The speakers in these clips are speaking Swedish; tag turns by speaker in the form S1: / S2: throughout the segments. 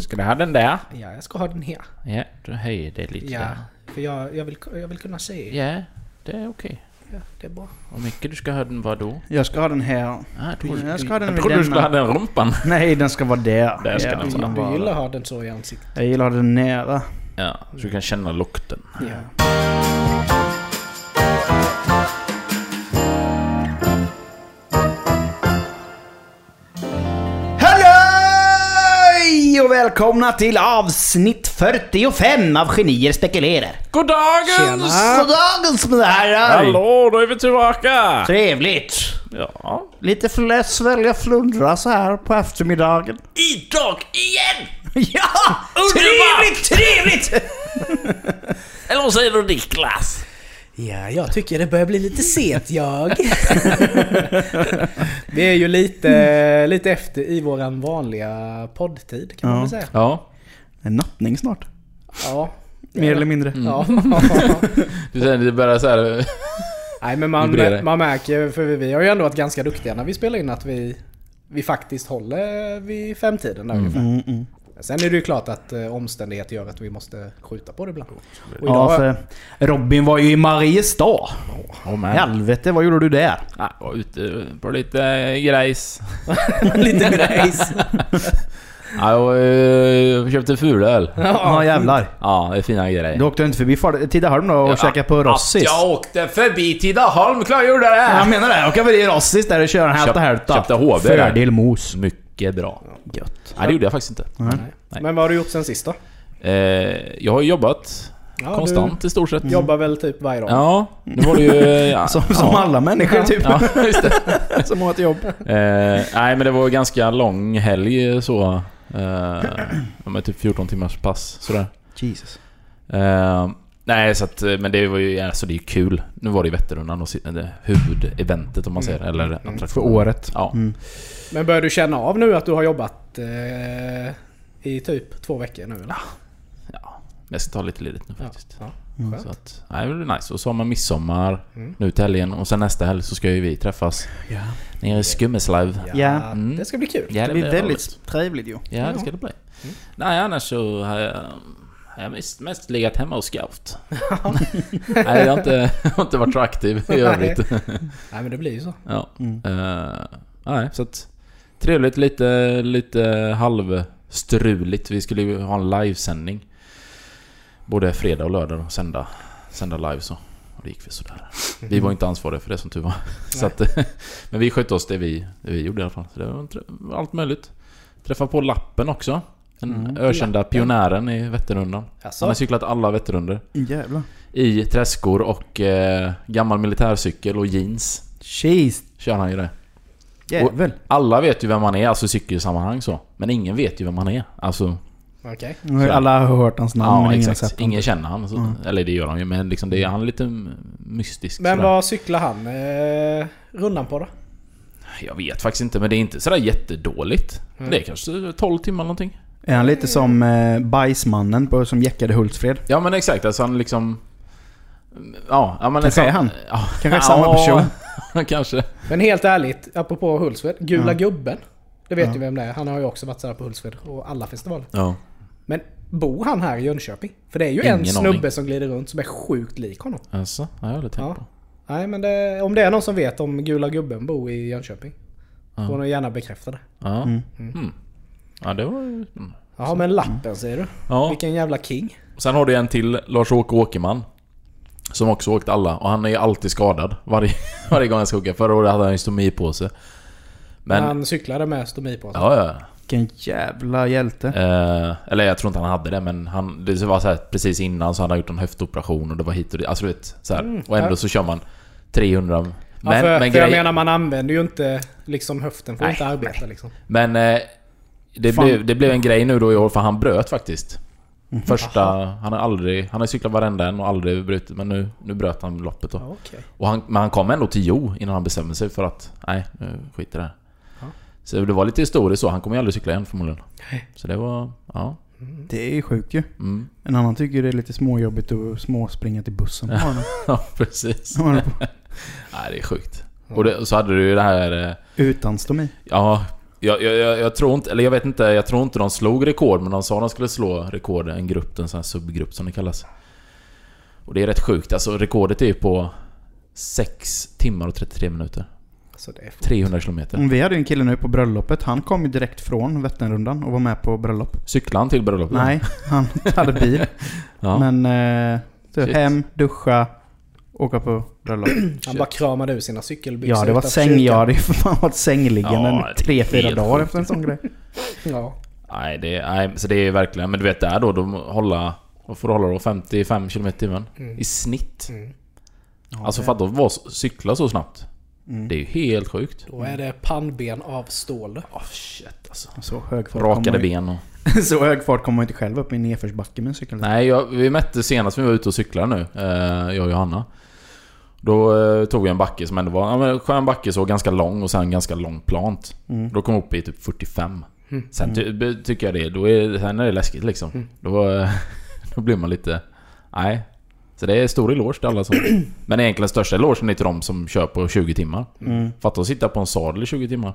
S1: Ska du ha den där?
S2: Ja, jag ska ha den här.
S1: Ja, du höjer det lite
S2: Ja,
S1: där.
S2: för jag, jag, vill, jag vill kunna se.
S1: Ja, det är okej.
S2: Ja, det är bra.
S1: Hur mycket du ska ha den var då?
S3: Jag ska ha den här.
S1: Ah, jag trodde,
S3: Jag ska ha den
S1: jag
S3: vid
S1: trodde du skulle ha
S3: denna.
S1: den rumpan.
S3: Nej, den ska vara där.
S1: Där ska
S3: Ja,
S1: den
S2: Du,
S1: Alltså,
S3: den
S2: du
S3: vara
S2: gillar
S3: där.
S2: att ha den så i ansiktet.
S3: Jag gillar den nära.
S1: Ja, så du kan känna lukten.
S2: Ja.
S3: Halloj! Och välkomna till avsnitt 45 av Genier spekulerar.
S1: God dagens!
S3: Så dagens mina herrar!
S1: Hallå, då är vi tillbaka!
S3: Trevligt!
S1: Ja.
S3: Lite flätt svälja flundra så här på eftermiddagen.
S1: Idag igen!
S3: Ja!
S1: Underbart!
S3: Trevligt, trevligt!
S1: Eller vad säger du Niklas?
S2: Ja, jag tycker det börjar bli lite sent jag. Vi är ju lite, lite efter i våran vanliga poddtid kan man
S3: Ja.
S2: väl säga.
S1: Ja,
S3: Det är nattning snart.
S2: Ja.
S3: Mer eller mindre.
S1: Mm.
S2: Ja.
S1: du säger det bara så här...
S2: Nej men
S1: Vibrerar.
S2: man, man märker ju, för vi- vi har ju ändå varit ganska duktiga när vi spelar in att vi, vi faktiskt håller vid femtiden där ungefär.
S3: Mm, mm.
S2: Sen är det ju klart att eh, omständigheter gör att vi måste skjuta på det ibland. Och
S3: Ja,
S2: idag,
S3: för Robin var ju i Mariestad.
S1: Oh,
S3: Mm. Helvete, vad gjorde du där?
S1: Ja, var ute på lite eh, grejs.
S2: lite grejs.
S1: Ja, jag eh, köpte fulöl.
S3: Ja, jävlar.
S1: Ja, det är fina grejer.
S3: Du åkte inte förbi Fal- Tidaholm då och käkade på Rossis?
S1: Att jag åkte förbi Tidaholm, klart jag gjorde
S3: Ja, jag
S1: det!
S3: menar det. Jag åker förbi Rossis där och kör en hälta
S1: Köp-
S3: hälta.
S1: köpte HB där.
S3: Fördel mos.
S1: Mycket bra.
S3: Gött.
S1: Nej, det gjorde jag faktiskt inte. Nej.
S2: Men vad har du gjort sen sist då?
S1: Eh, jag har ju jobbat
S2: Ja,
S1: konstant i stort sett.
S2: Du jobbar väl typ varje dag?
S1: Ja, nu var det ju... Ja,
S3: Som, som
S1: ja.
S3: alla människor typ.
S1: Ja, just det.
S3: som har ett jobb.
S1: Eh, nej, men det var ganska lång helg så. Eh, ja, men typ 14 timmars pass sådär.
S3: Jesus.
S1: Eh, nej, så att, eh, men det var ju, alltså det är ju kul. Nu var det ju Vätternrundan och si- det huvudeventet om man säger, eller
S3: För
S1: attraktionen.
S3: året.
S1: Ja.
S3: Mm.
S2: Men börjar du känna av nu att du har jobbat eh, i typ två veckor nu eller?
S1: ja, men jag ska ta lite ledigt nu faktiskt.
S2: Ja.
S1: Så att, nej, det blir nice. Och så har man midsommar
S2: Mm.
S1: nu till helgen och sen nästa helg så ska ju vi träffas
S3: Ja.
S1: nere i Skummeslöv.
S2: Ja,
S3: Ja.
S1: Mm.
S2: det ska bli kul.
S1: Ja,
S3: Det blir
S1: roligt.
S3: väldigt trevligt ju.
S1: Ja, det ska det bli. Nej, annars så har jag, har jag mest, mest legat hemma och scout. nej, jag har inte, jag har inte varit så aktiv i
S2: Nej.
S1: övrigt.
S2: Nej men det blir ju så.
S1: Ja.
S3: Mm.
S1: Eh, nej, så att... Trevligt, lite, lite halvstruligt. Vi skulle ju ha en livesändning. Både fredag och lördag och sända, sända live så. Och det gick väl sådär. Vi var inte ansvariga för det som tur var. Så att, men vi skötte oss det vi, det vi gjorde i alla fall. Så det var trä- allt möjligt. Träffa på Lappen också. Den ökända pionären i Vätternrundan. Han
S2: Alltså,
S1: har cyklat alla Vätternrundor.
S3: Jävlar.
S1: I träskor och eh, gammal militärcykel och jeans.
S3: Jeez.
S1: Kör han ju det.
S2: Eh.
S3: Jävel.
S1: Alla vet ju vem han är, alltså i cykelsammanhang så. Men ingen vet ju vem han är. Alltså,
S2: okej.
S3: Nu har alla hört hans namn
S1: ja,
S3: men ingen har
S1: exakt.
S3: sett
S1: Ingen
S3: honom. Mm.
S1: känner han. Så, Eller det gör han ju, men liksom, det är han lite mystisk.
S2: Men
S1: sådär.
S2: vad cyklar han eh, rundan på då?
S1: Jag vet faktiskt inte, men det är inte sådär jättedåligt.
S2: Mm.
S1: Det är kanske 12 timmar någonting.
S3: Är han lite som eh, bajsmannen på, som jäckade Hultsfred?
S1: Ja men exakt, alltså han liksom... Ja, ja men... alltså-
S3: Kanske är han.
S1: Ja,
S3: Kanske samma person.
S1: person. kanske.
S2: Men helt ärligt, apropå Hultsfred. Gula gubben. Det vet ju vem det är. Han har ju också varit så här på Hultsfred och alla festivaler.
S1: Ja.
S2: Men bor han här i Jönköping? För det är ju
S1: Ingen
S2: en snubbe
S1: aning.
S2: som glider runt som är sjukt lik honom.
S1: Alltså, ja, jag har aldrig tänkt
S2: Ja.
S1: på.
S2: Nej men det, om det är någon som vet om Gula Gubben bor i Jönköping. Får
S1: Ja.
S2: ni gärna bekräfta det.
S1: Ja. Mm. Ja, det var ju... mm.
S2: Jaha men lappen säger du.
S1: Ja.
S2: Vilken jävla king.
S1: Sen har du en till, Lars-Åke Åkerman. Som också åkt alla och han är ju alltid skadad varje, varje gång han ska åka. Förra året hade han ju stomipåse. Men...
S2: Men, han cyklade med stomi på sig.
S1: Ja, ja.
S3: Vilken jävla hjälte.
S1: Eh, eller jag tror inte han hade det men han, det var så här, precis innan så hade han gjort en höftoperation och det var hit och dit. Alltså du vet, så här. Och ändå så kör man 300... Men,
S2: Mm, Ja, för,
S1: men,
S2: för jag
S1: grej-
S2: menar man använder ju inte liksom höften får
S1: Nej,
S2: inte arbeta liksom.
S1: men eh, det,
S3: Fan.
S1: blev, det blev en grej nu då i år för han bröt faktiskt.
S2: Mm.
S1: Första... Han har aldrig... Han har cyklat varenda en och aldrig brutit men nu, nu bröt han loppet då.
S2: Ja, okej.
S1: Och han, men han kom ändå till Jo innan han bestämde sig för att nej, nu skiter det här.
S2: Ja.
S1: Så det var lite historiskt så. Han kommer ju aldrig cykla igen förmodligen.
S2: Nej.
S1: Så det var... Ja.
S3: Det är sjukt ju.
S1: Mm.
S3: En annan tycker det är lite småjobbigt att småspringa till bussen på morgonen.
S1: Ja, precis.
S3: Vad var det på?
S1: Nej, det är sjukt. Och det, så hade du ju det här... eh,
S3: Utan stomi.
S1: Ja, Jag, jag, jag, jag tror inte, eller jag vet inte, jag tror inte de slog rekord men de sa de skulle slå rekord, en grupp, en sån här subgrupp som det kallas. Och det är rätt sjukt, alltså rekordet är ju på 6 timmar och 33 minuter.
S2: Alltså det är fort.
S1: 300 kilometer.
S3: Mm, Vi hade ju en kille nu på bröllopet. Han kom ju direkt från Vätternrundan och var med på bröllop.
S1: Cyklade han till bröllopet?
S3: Nej, han hade bil.
S1: Ja.
S3: Men eh, du,
S1: Shit.
S3: hem, duscha, åka på bröllop.
S2: Han bara kramade ur sina cykelbyxor
S3: Ja, det var ett
S2: utanför
S3: säng,
S2: kyrkan.
S3: ja, det är för fan varit sängliggande
S1: Ja, det är
S3: tre, fyra
S1: helt
S3: dagar
S1: sjukt.
S3: efter en sån grej.
S2: Ja.
S1: Nej, det, nej, så det är verkligen... Men du vet där då, de hålla... Vad får du hålla då? 55 km i timmen? I snitt.
S2: Mm.
S1: alltså fatta att vara- cykla så snabbt. Det är ju helt sjukt.
S2: Då är det pannben av stål.
S1: Oh, shit alltså.
S3: Så hög fart kom
S1: Rakade
S3: man ju-
S1: ben och...
S3: Så hög fart kommer man inte själv upp i en nedförsbacke med en cykel.
S1: Nej, jag, vi mätte senast vi var ute och cyklade nu, eh, jag och Johanna. Då eh, tog vi en backe som ändå var ja, men en skön backe, så ganska lång och sen ganska lång plant. Då kom vi upp i typ 45. Sen ty, be- tycker jag det, då är, sen är det läskigt liksom. Då, eh, då blir man lite... Nej. Så det är stor eloge till alla som... men egentligen största elogen är till de som kör på 20 timmar. Fatta att sitta på en sadel i 20 timmar.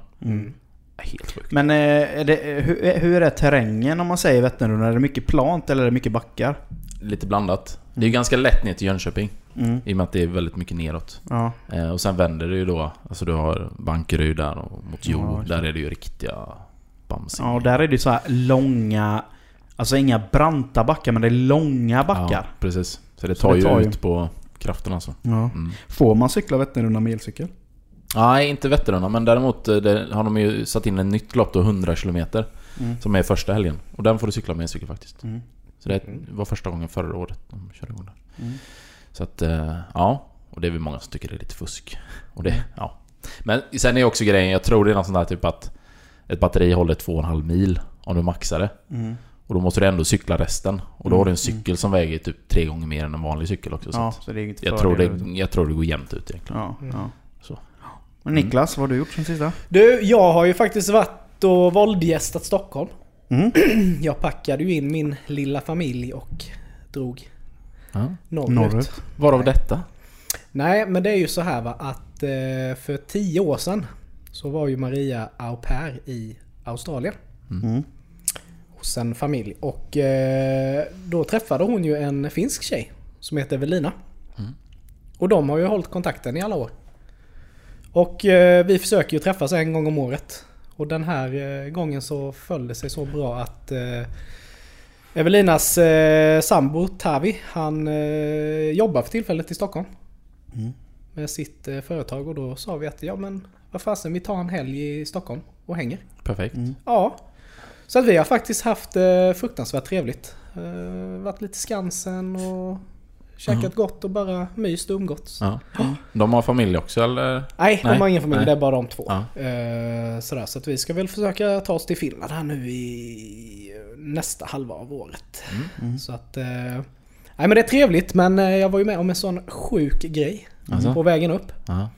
S1: Helt sjukt.
S3: Men eh, är det, hur, hur är terrängen om man säger Vätternrundan? Är det mycket plant eller är det mycket backar?
S1: Lite blandat. Det är ju ganska lätt ner till Jönköping.
S3: Mm.
S1: I och med att det är väldigt mycket neråt.
S3: Ja.
S1: Eh, och sen vänder det ju då. Alltså du har Bankeryd där och mot Jord.
S3: Ja, just
S1: där är det ju riktiga bamsing.
S3: ja, och där är det ju så här långa... Alltså inga branta backar, men det är långa backar.
S1: Ja, precis. Så det
S3: Så
S1: tar,
S3: det tar
S1: ju
S3: ju.
S1: ut på kraften alltså.
S3: Ja.
S1: Mm.
S3: Får man cykla Vätternrundan med elcykel?
S1: Nej, inte Vätternrundan. Men däremot eh, det har de ju satt in ett nytt lopp då, 100 km. Som är första helgen. Och den får du cykla med en cykel faktiskt.
S3: Mm.
S1: Så det var första gången förra året de körde igång där.
S3: Mm.
S1: Så att, eh, ja. Och det är väl många som tycker det är lite fusk. Och
S3: Mm.
S1: det, ja. Men sen är också grejen, jag tror det är något sånt där typ att ett batteri håller 2,5 mil om du maxar det.
S3: Mm.
S1: Och då måste du ändå cykla resten. Och då har du en cykel som väger typ tre gånger mer än en vanlig cykel också. Så
S3: Ja,
S1: att
S3: så det är inget
S1: jag, tror
S3: fördel.
S1: det, jag tror det går jämnt ut egentligen.
S3: Ja, ja.
S1: Så.
S3: Mm. Men Niklas, vad har du gjort sen sista?
S2: Du, jag har ju faktiskt varit och våldgästat Stockholm.
S3: Mm.
S2: Jag packade ju in min lilla familj och drog
S1: Ja.
S2: norrut.
S3: Norrut.
S1: Varav detta?
S2: Nej, men det är ju så här va att eh, för tio år sedan så var ju Maria au pair i Australien.
S3: Mm.
S2: Hos en familj. Och eh, då träffade hon ju en finsk tjej som heter Evelina. Och de har ju hållit kontakten i alla år. Och eh, vi försöker ju träffas en gång om året. Och den här eh, gången så föll det sig så bra att eh, Evelinas eh, sambo Tavi, han eh, jobbar för tillfället i Stockholm. Med sitt eh, företag och då sa vi att ja men vad fasen vi tar en helg i Stockholm och hänger.
S1: Perfekt.
S2: Ja. Så att vi har faktiskt haft eh, fruktansvärt trevligt. Eh, varit lite Skansen och käkat gott och bara myst och umgåtts.
S1: Ja. De har familj också eller?
S2: Nej, de
S1: Nej,
S2: har ingen familj.
S1: nej.
S2: Det är bara de två.
S1: Ja.
S2: Eh, sådär, så att vi ska väl försöka ta oss till Finland här nu i eh, nästa halva av året.
S1: Mm,
S2: Så att... eh, nej men det är trevligt men eh, jag var ju med om en sån sjuk grej
S1: Alltså?
S2: på vägen upp.
S1: Ja.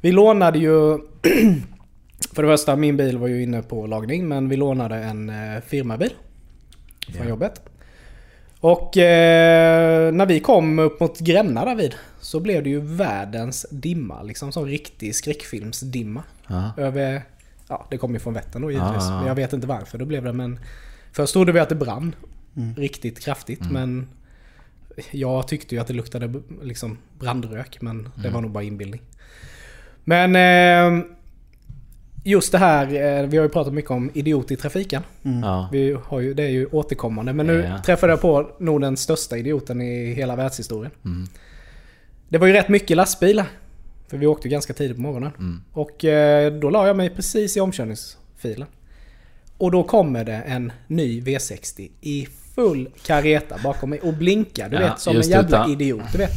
S2: Vi lånade ju... För det första, min bil var ju inne på lagning men vi lånade en eh, firmabil. Från
S1: Ja.
S2: jobbet. Och eh, när vi kom upp mot Gränna därvid så blev det ju världens dimma. Liksom som riktig skräckfilmsdimma.
S1: Ja.
S2: Över... Ja, det kom ju från Vättern då givetvis.
S1: Ah.
S2: Men jag vet inte varför det blev det men... Först trodde vi att det brann. Riktigt kraftigt men... Jag tyckte ju att det luktade b- liksom brandrök men det var nog bara inbildning. Men... Eh, just det här, eh, vi har ju pratat mycket om idiot i trafiken.
S1: Ja.
S2: Mm. Vi har ju, det är ju återkommande. Men nu
S1: Ja.
S2: träffade jag på nog den största idioten i hela världshistorien.
S1: Mm.
S2: Det var ju rätt mycket lastbilar. För vi åkte ju ganska tidigt på morgonen.
S1: Mm.
S2: Och eh, då la jag mig precis i omkörningsfilen. Och då kommer det en ny V60 i full kareta bakom mig och blinkar. Du
S1: Ja,
S2: vet som en
S1: just
S2: jävla
S1: utan.
S2: idiot. Du vet.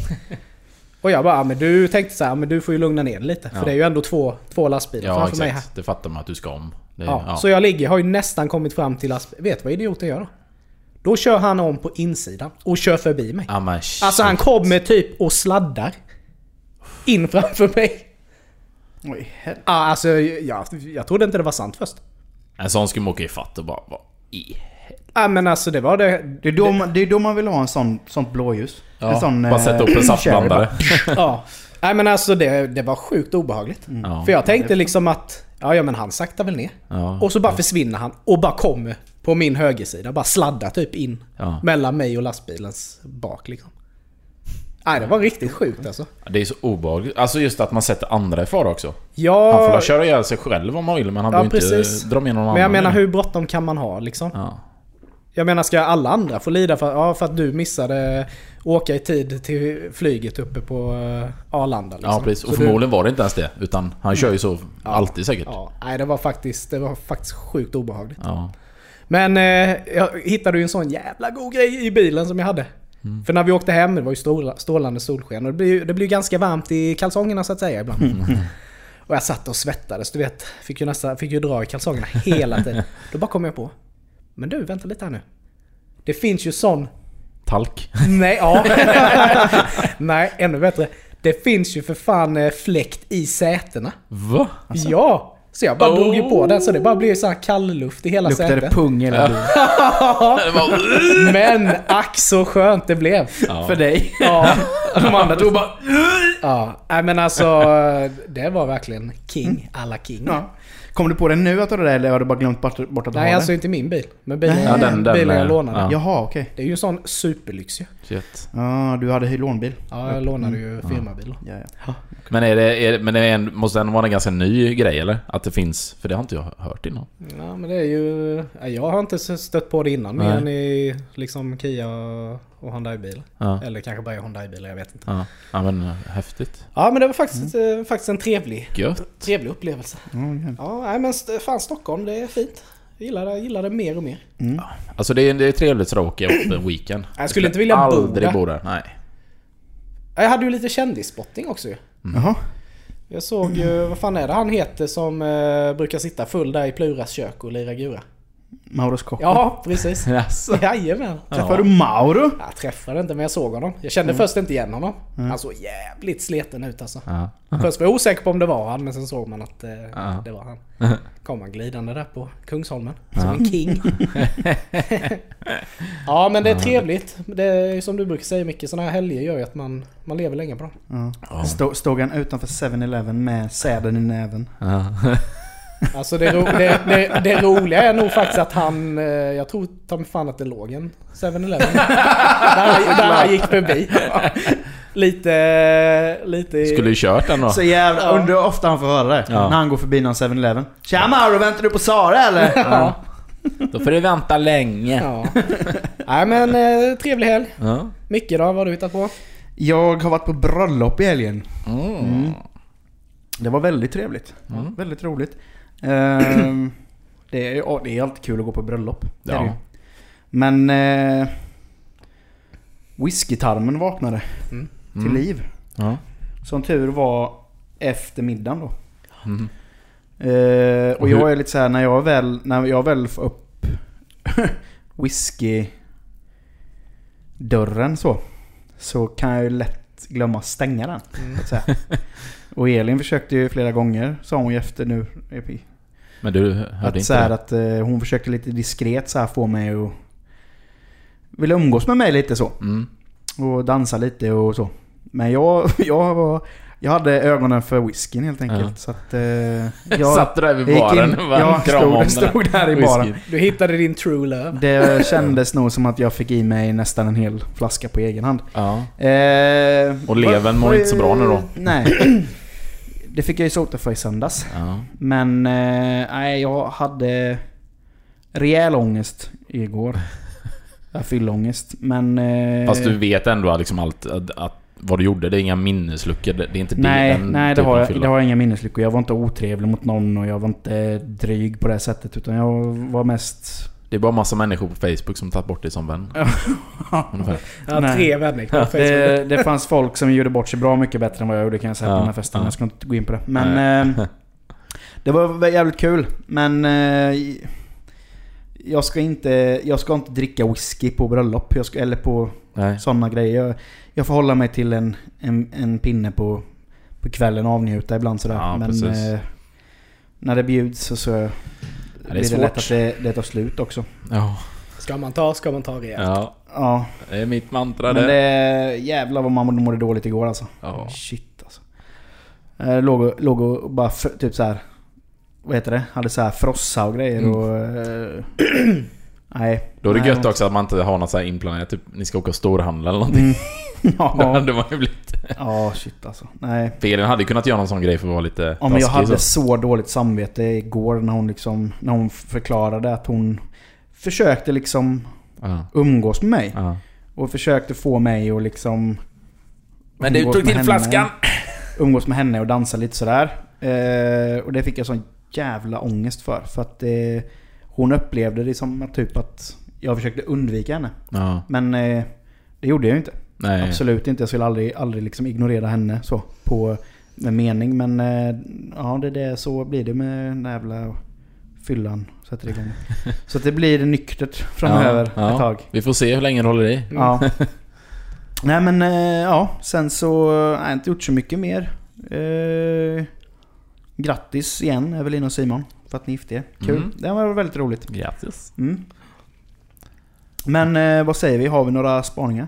S2: Och jag bara, "Ja, men du tänkte så här, men du får ju lugna ner dig lite. För
S1: Ja.
S2: det är ju ändå två, två lastbilar
S1: Ja,
S2: framför mig här.
S1: exakt. Det fattar man att du ska om. Det,
S2: Ja, Så jag ligger, har ju nästan kommit fram till lastbil. Vet du vad idioten gör då? Då kör han om på insidan och kör förbi mig.
S1: Ja, men shit.
S2: Alltså han kommer typ och sladdar. In framför mig.
S3: Oj, helvete.
S2: Ja, alltså jag, jag trodde inte det var sant först.
S1: En sån skulle man åka ifatt och bara... Vad i
S2: Ja men alltså det var det.
S3: Det är, då man, det är då man vill ha en sån, sånt blåljus.
S1: Ja,
S3: en sån,
S1: bara
S3: eh,
S1: sätta upp en saftblandare.
S2: Ja. Nej men alltså det, det var sjukt obehagligt.
S1: Mm. Ja.
S2: För jag tänkte liksom att Ja, ja men han saktar väl ner.
S1: Ja.
S2: Och så bara försvinner han och bara kommer på min högersida. Bara sladdar typ in
S1: Ja.
S2: mellan mig och lastbilens bak liksom. Nej, det var riktigt sjukt alltså.
S1: Det är så obehagligt. Alltså just att man sätter andra i fara också.
S2: Ja,
S1: Han får väl köra ihjäl sig själv om han vill men han
S2: Ja,
S1: behöver
S2: precis.
S1: inte dra med någon annan.
S2: men jag menar
S1: i det.
S2: hur bråttom kan man ha liksom?
S1: Ja.
S2: Jag menar, ska alla andra få lida för, ja, för att du missade åka i tid till flyget uppe på eh, Arlanda? Liksom.
S1: ja precis.
S2: Så
S1: Och
S2: du-
S1: förmodligen var det inte ens det. Utan han kör ju så alltid säkert. Ja.
S2: Ja, nej, det var, faktiskt, det var faktiskt sjukt obehagligt. Men eh, jag hittade ju en sån jävla god grej i bilen som jag hade.
S3: Mm.
S2: För när vi åkte hem, det var ju stråla- strålande solsken och det blir ju det blir ju ganska varmt i kalsongerna så att säga ibland.
S3: Mm.
S2: Och jag satt och svettades, du vet. Fick ju, nästan, fick ju dra i kalsongerna hela tiden. Då bara kom jag på. Men du, vänta lite här nu. Det finns ju sån
S1: Talk.
S2: Nej, ja. Nej, ännu bättre. Det finns ju för fan eh, fläkt i sätena.
S1: Va?
S2: Ja! Så jag bara
S1: Oh.
S2: drog ju på den så det bara blev så här kall luft i hela
S3: Luktar det
S2: sätet.
S3: pung eller bilen?
S2: Men ack så skönt det blev.
S1: Ja.
S3: För dig?
S2: Ja.
S3: De andra tog bara...
S2: ja. Nej men alltså, det var verkligen king alla king.
S3: Ja. Kom du på det nu att du har det där, eller har du bara glömt bort, bort att du
S2: Nej
S3: har
S2: alltså
S3: det?
S2: inte min bil. Men bilen,
S3: Ja,
S1: den- den
S2: bilen
S1: är-
S2: jag lånade.
S1: ja.
S3: Jaha, okej.
S2: Det är ju en sån superlyx ju.
S1: Shit.
S3: Ja, du hade hyrlånbil.
S2: Ja, jag lånade ju firmabil då.
S3: Ja, ja.
S1: Men, är det, är, men det är en, måste den vara en ganska ny grej eller? Att det finns? För det har inte jag hört innan.
S2: Ja men det är ju... ja, Jag har inte stött på det innan mer
S1: Nej.
S2: än i liksom Kia och- och Hyundai-bilar.
S1: Ja.
S2: Eller kanske bara i Hyundai-bilar, jag vet inte.
S1: Ja. ja men eh, häftigt.
S2: Ja men det var faktiskt, eh, faktiskt en trevlig,
S1: Gött.
S2: trevlig upplevelse.
S3: Ja, ja.
S2: Ja nej, men st- fan Stockholm, det är fint. Jag gillar det, gillar det mer och mer.
S1: Alltså det är, det är trevligt sådär att åka upp en weekend.
S2: Jag skulle inte vilja bo
S1: aldrig
S2: där.
S1: bo där. Nej.
S2: Ja, Jag hade ju lite kändisspotting också ju.
S3: Jaha.
S2: Jag såg ju, vad fan är det han heter som eh, brukar sitta full där i Pluras kök och lira gura?
S3: Mauros kock.
S2: Ja, precis.
S1: Jaså?
S2: Jajamän.
S3: Träffade du Mauro?
S2: Jag träffade inte men jag såg honom. Jag kände först inte igen honom. Han såg jävligt sleten ut alltså.
S1: Ja.
S2: Först var jag osäker på om det var han men sen såg man att eh,
S1: Ja.
S2: det var han. Kom han glidande där på Kungsholmen. Som en king. ja men det är trevligt. Det är ju som du brukar säga Micke, sådana här helger gör ju att man, man lever länge på dem.
S3: Ja. Stå, stod han utanför 7-Eleven med säden i näven?
S1: Ja.
S2: Alltså det, ro, det, det, det roliga är nog faktiskt att han, eh, jag tror ta mig fan att det låg en 7-Eleven. där, han- där han gick förbi. Lite, lite... i-
S1: Skulle ju kört den då.
S3: Så jävla...
S2: Ja.
S3: Undrar hur ofta han får höra det.
S1: Ja.
S3: När han går förbi någon 7-Eleven. Tja Mauro, väntar du på Sara eller?
S2: Ja.
S1: Då får du vänta länge.
S2: Ja. Nej men eh, trevlig helg.
S1: Ja.
S2: Micke då, vad har du hittat på?
S3: Jag har varit på bröllop i helgen.
S1: Mm.
S3: Det var väldigt trevligt. Ja, väldigt roligt. Ehm, det, är, ja, det är alltid kul att gå på bröllop. Det är
S1: Ja.
S3: det ju. Men... Eh, whiskytarmen vaknade.
S2: Mm.
S3: Till
S1: Mm.
S3: liv.
S1: Ja.
S3: Som tur var efter middagen då.
S1: Mm.
S3: Eh, och
S1: Och hur-
S3: jag är lite så här när jag väl, när jag väl får upp whisky dörren så. Så kan jag ju lätt glömma stänga den. Så här. Och Elin försökte ju flera gånger, sa hon ju efter nu. EP,
S1: Men du hörde
S3: Att, så
S1: inte
S3: här,
S1: det?
S3: att eh, hon försökte lite diskret så här få mig att... Vill umgås med mig lite så.
S1: Mm.
S3: Och dansa lite och så. Men jag, jag var... Jag hade ögonen för whiskyn helt enkelt.
S1: Ja.
S3: Så att... Eh,
S1: Jag satt du där vid baren och bara
S3: jag
S1: kramade om
S3: stod,
S1: den
S3: stod där i
S1: whiskyn.
S3: baren.
S2: Du hittade din true love.
S3: Det kändes nog som att jag fick i mig nästan en hel flaska på egen hand.
S1: Ja.
S3: Eh,
S1: Och levern mår
S3: vad-
S1: inte så bra nu då?
S3: Nej. Det fick jag ju sota för i söndags.
S1: ja.
S3: Men eh, nej, jag hade rejäl ångest igår. Jag fyllångest. Men... Eh,
S1: Fast du vet ändå liksom allt att, att, vad du gjorde? Det är inga minnesluckor? Det det är inte
S3: Nej,
S1: den
S3: nej det,
S1: typen
S3: har
S1: av
S3: jag,
S1: fylla.
S3: det har jag inga minneslyckor. Jag var inte otrevlig mot någon och jag var inte dryg på det här sättet. Utan jag var mest...
S1: Det är bara massa människor på Facebook som tagit bort dig som vän. Ungefär.
S2: Ja,
S3: Nej.
S2: tre vänner på Facebook.
S3: Det, det fanns folk som gjorde bort sig bra mycket bättre än vad jag gjorde kan jag säga
S1: Ja,
S3: på den här festen.
S1: ja.
S3: Jag ska inte gå in på det. Men... Eh, det var jävligt kul. Men... Eh, jag ska inte... Jag ska inte dricka whisky på bröllop. Jag ska, eller på
S1: Nej.
S3: sådana grejer. Jag, jag får hålla mig till en, en, en pinne på, på kvällen och avnjuta ibland sådär.
S1: Ja,
S3: Men
S1: precis.
S3: eh, när det bjuds så, så
S1: är
S3: blir det
S1: svårt.
S3: lätt att det, det tar slut också.
S1: Ja.
S2: Ska man ta, ska man ta rejält.
S1: ja.
S3: Ja,
S1: Det är mitt mantra
S3: men
S1: det.
S3: det... Jävlar vad man mådde dåligt igår alltså.
S1: Ja.
S3: Shit alltså. Jag låg och, låg och bara för, typ så här Vad heter det? Hade så här frossa och grejer och... eh, nej.
S1: Mm. Då är det
S3: nej.
S1: gött också att man inte har något så här inplanerat, typ ni ska åka och storhandla eller någonting. Då
S3: ja.
S1: hade man ju blivit...
S3: ja, shit alltså. Nej.
S1: Felin hade ju kunnat göra någon sån grej för att vara lite
S3: Ja, men jag
S1: taskig,
S3: hade
S1: så.
S3: så dåligt samvete igår när hon liksom... När hon förklarade att hon försökte liksom
S1: Ja,
S3: umgås med mig.
S1: ja.
S3: Och försökte få mig att liksom...
S1: Men du
S3: umgås
S1: tog
S3: med
S1: till
S3: henne.
S1: flaskan!
S3: umgås med henne och dansa lite sådär. Eh, och det fick jag sån jävla ångest för. För att eh, hon upplevde det som att, typ att jag försökte undvika henne.
S1: Ja,
S3: Men eh, det gjorde jag ju inte.
S1: nej.
S3: Absolut inte. Jag skulle aldrig, aldrig liksom ignorera henne så. På med mening. Men eh, ja, det är det, så blir det med den där jävla fyllan. Sätter igång. Så att det blir nyktert framöver
S1: Ja, ja.
S3: ett tag.
S1: Vi får se hur länge det håller i.
S3: Ja. Mm. Nej men eh, ja, sen så eh, har jag inte gjort så mycket mer. Eh, grattis igen Evelina och Simon för att ni gifte er. Kul.
S1: Mm.
S3: Det var väldigt roligt.
S1: Grattis.
S3: Mm. Men eh, vad säger vi? Har vi några spaningar?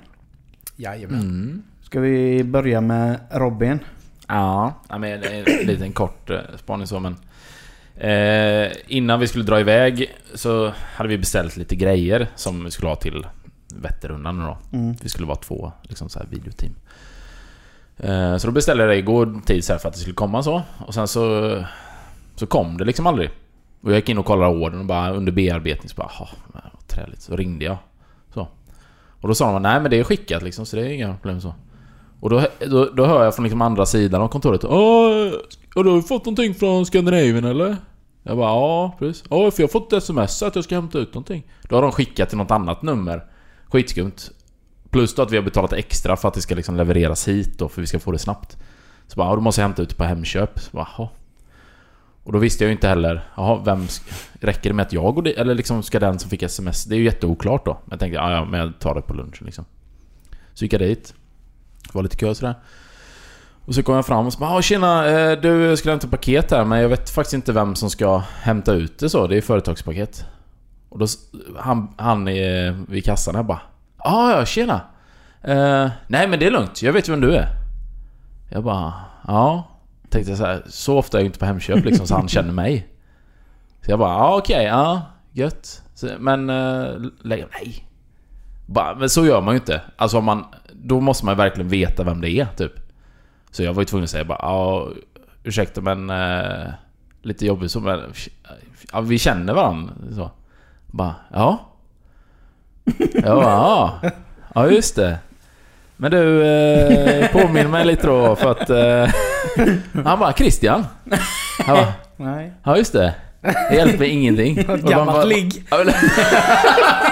S2: Jajamän.
S1: Mm.
S3: Ska vi börja med Robin?
S1: Ja, ja, men det är en liten kort eh, spaning så men... Eh, innan vi skulle dra iväg så hade vi beställt lite grejer som vi skulle ha till Vätternrundan då.
S3: Mm.
S1: Vi skulle vara två liksom så här videoteam. Eh, Så då beställde jag det igår tid så här för att det skulle komma så. Och sen så... Så kom det liksom aldrig. Och jag gick in och kollade ordern och bara under bearbetning så bara "Jaha, men vad träligt. Så ringde jag. Så. Och då sa de nej men det är skickat liksom så det är inga problem så. Och då, då, då hör jag från liksom andra sidan av kontoret Åh, har du fått någonting från Scandinavian eller? Jag bara ja, precis. Ja, för jag har fått ett sms att jag ska hämta ut någonting. Då har de skickat till något annat nummer. Skitskumt. Plus då att vi har betalat extra för att det ska liksom levereras hit då, för vi ska få det snabbt. Så bara, ja, då måste jag hämta ut det på Hemköp. Så bara, jaha. Och då visste jag ju inte heller, jaha, vem... sk- Räcker det med att jag går dit? Eller liksom ska den som fick sms... Det är ju jätteoklart då. Men jag tänkte, ja, ja, men jag tar det på lunchen liksom. Så gick jag dit. Det var lite kö och sådär. Och så kom jag fram och så bara, "Ja, tjena, eh, du jag skulle hämta paket här men jag vet faktiskt inte vem som ska hämta ut det så. Det är företagspaket. Och då, s- han, han eh, vid kassan här bara, "Ja, ja, tjena. Eh, nej men det är lugnt, jag vet vem du är. Jag bara, ja. Tänkte jag så här, så ofta är jag ju inte på Hemköp liksom så han känner mig. Så jag bara, ja okej, ja, gött. Så, men, eh, lägg nej. Bara, men så gör man ju inte. Alltså om man, då måste man ju verkligen veta vem det är typ. Så jag var ju tvungen att säga bara, ja, ursäkta men, eh, lite jobbigt så men, ja, vi känner varandra. Så. Bara, ja. Jag bara, ja. Ja just det. Men du, eh, påminn mig lite då för att... Eh, han bara, Christian? Han bara,
S3: Nej.
S1: ja just det. Det hjälper ingenting. Och man bara-
S2: Gammalt ligg.
S1: Ja, men-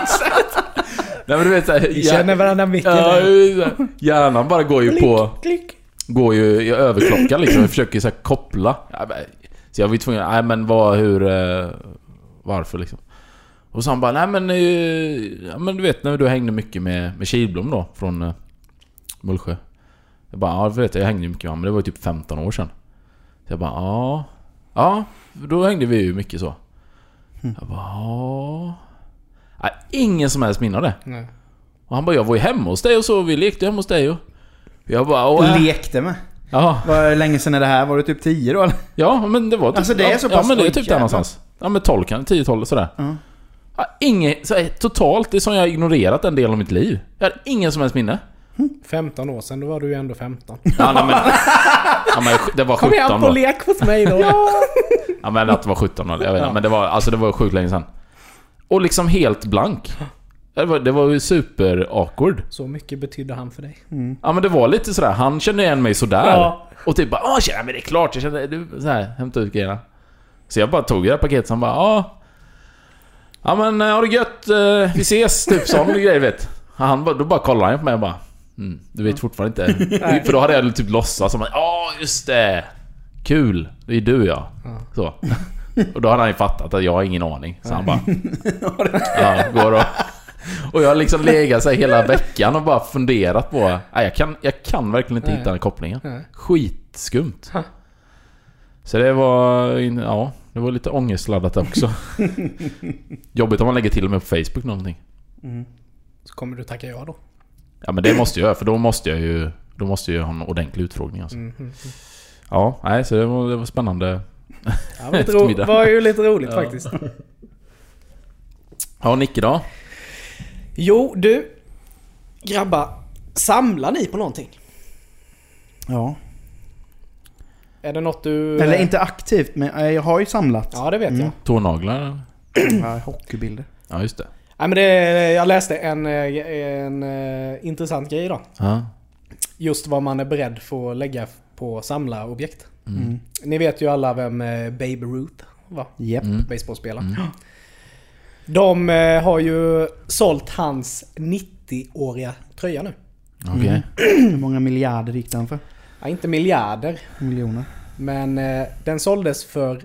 S1: Nej men du vet såhär...
S2: Vi känner varandra mycket.
S1: Ja,
S2: där.
S1: ja, hjärnan bara går ju på...
S2: Klick.
S1: Går ju... Jag överklockar liksom. Jag försöker så här koppla. Ja, men- Så jag var ju tvungen... Nej men vad, hur... eh, Varför liksom. Och så han bara... Nej men... eh, Ja, men du vet när du hängde mycket med, med Kilblom då. Från eh, Mullsjö. Jag bara... Ja du vet jag hängde ju mycket med honom. Men det var ju typ 15 år sedan. Så jag bara... Ja... Ja, då hängde vi ju mycket så. Jag bara... Ja... Nej, ingen som helst minne av det.
S2: Nej.
S1: Och han bara, jag var ju hemma hos dig och så, vi lekte hemma hos dig och... Jag bara, åh... äh."
S3: Lekte med.
S1: Ja,
S3: Var länge sedan är det här? Var det typ 10 då eller?
S1: ja, men det var typ...
S3: Alltså, det är så
S1: ja,
S3: pass-
S1: men det är
S3: oj,
S1: typ där
S3: jävlar.
S1: någonstans. Ja men 12 kan 10-12 sådär.
S3: Ja.
S1: Ja, inget, så här, totalt, det är som jag har ignorerat en del av mitt liv. Jag hade ingen som helst minne.
S2: 15 år sedan, då var du ju ändå 15.
S1: Ja, nej, men, ja, men, det var
S2: Kom igen
S1: 17
S2: på
S1: då.
S2: lek hos mig då. ja.
S1: Ja men att det var 17 eller jag vet inte. Men det var, alltså, det var sjukt länge sedan. Och liksom helt blank. Det var, det var ju super awkward.
S2: Så mycket betydde han för dig.
S1: Ja men det var lite sådär, han kände igen mig sådär.
S2: Ja.
S1: Och typ bara ah tjena men det är klart jag kände du så här, hämta ut grejerna. Så jag bara tog det här paketet så han bara ah. Ja men eh, ha det gött, eh, vi ses typ sån grej vet. Han bara, då bara kollade han på mig och bara mm, du vet fortfarande inte. För då hade jag typ låtsats som att ah just det. Kul, det är du ja. Så. Och då hade han ju fattat att jag har ingen aning. Så han bara... ja, går och... Och jag har liksom legat så här hela veckan och bara funderat på... Nej, jag, kan, jag kan verkligen inte
S2: Nej.
S1: hitta den kopplingen.
S2: Nej.
S1: Skitskumt.
S2: Ha.
S1: Så det var... in- Ja, det var lite ångestladdat också. Jobbigt om man lägger till och med på Facebook någonting.
S2: Så kommer du tacka ja då.
S1: Ja men det måste jag göra för då måste jag
S2: Mm,
S1: ju... Då måste jag ju ha en ordentlig utfrågning alltså. Ja, nej så det var, det var spännande
S2: Det var lite ro-
S1: Eftermiddag.
S2: var ju lite roligt
S1: Ja.
S2: faktiskt.
S1: Ja, Nicke då?
S2: Jo, du. Grabbar. Samlar ni på någonting?
S3: Ja.
S2: Är det något du...
S3: Eller inte aktivt, men eh, jag har ju samlat.
S2: Ja, det vet
S3: Mm.
S2: jag.
S1: Tånaglar?
S3: Ja, hockeybilder.
S1: Ja, just det.
S2: Nej, men det, jag läste en, eh, en eh, intressant grej idag.
S1: Ja.
S2: Just vad man är beredd för att lägga på samlarobjekt.
S1: Mm.
S3: Mm.
S2: Ni vet ju alla vem eh, Babe Ruth var.
S3: Japp.
S1: Mm.
S2: Baseballspelare.
S1: Mm.
S2: De eh, har ju sålt hans 90-åriga tröja nu.
S1: Okej.
S3: Mm. Hur många miljarder gick den för?
S2: Ja, inte miljarder,
S3: Miljoner.
S2: men eh, den såldes för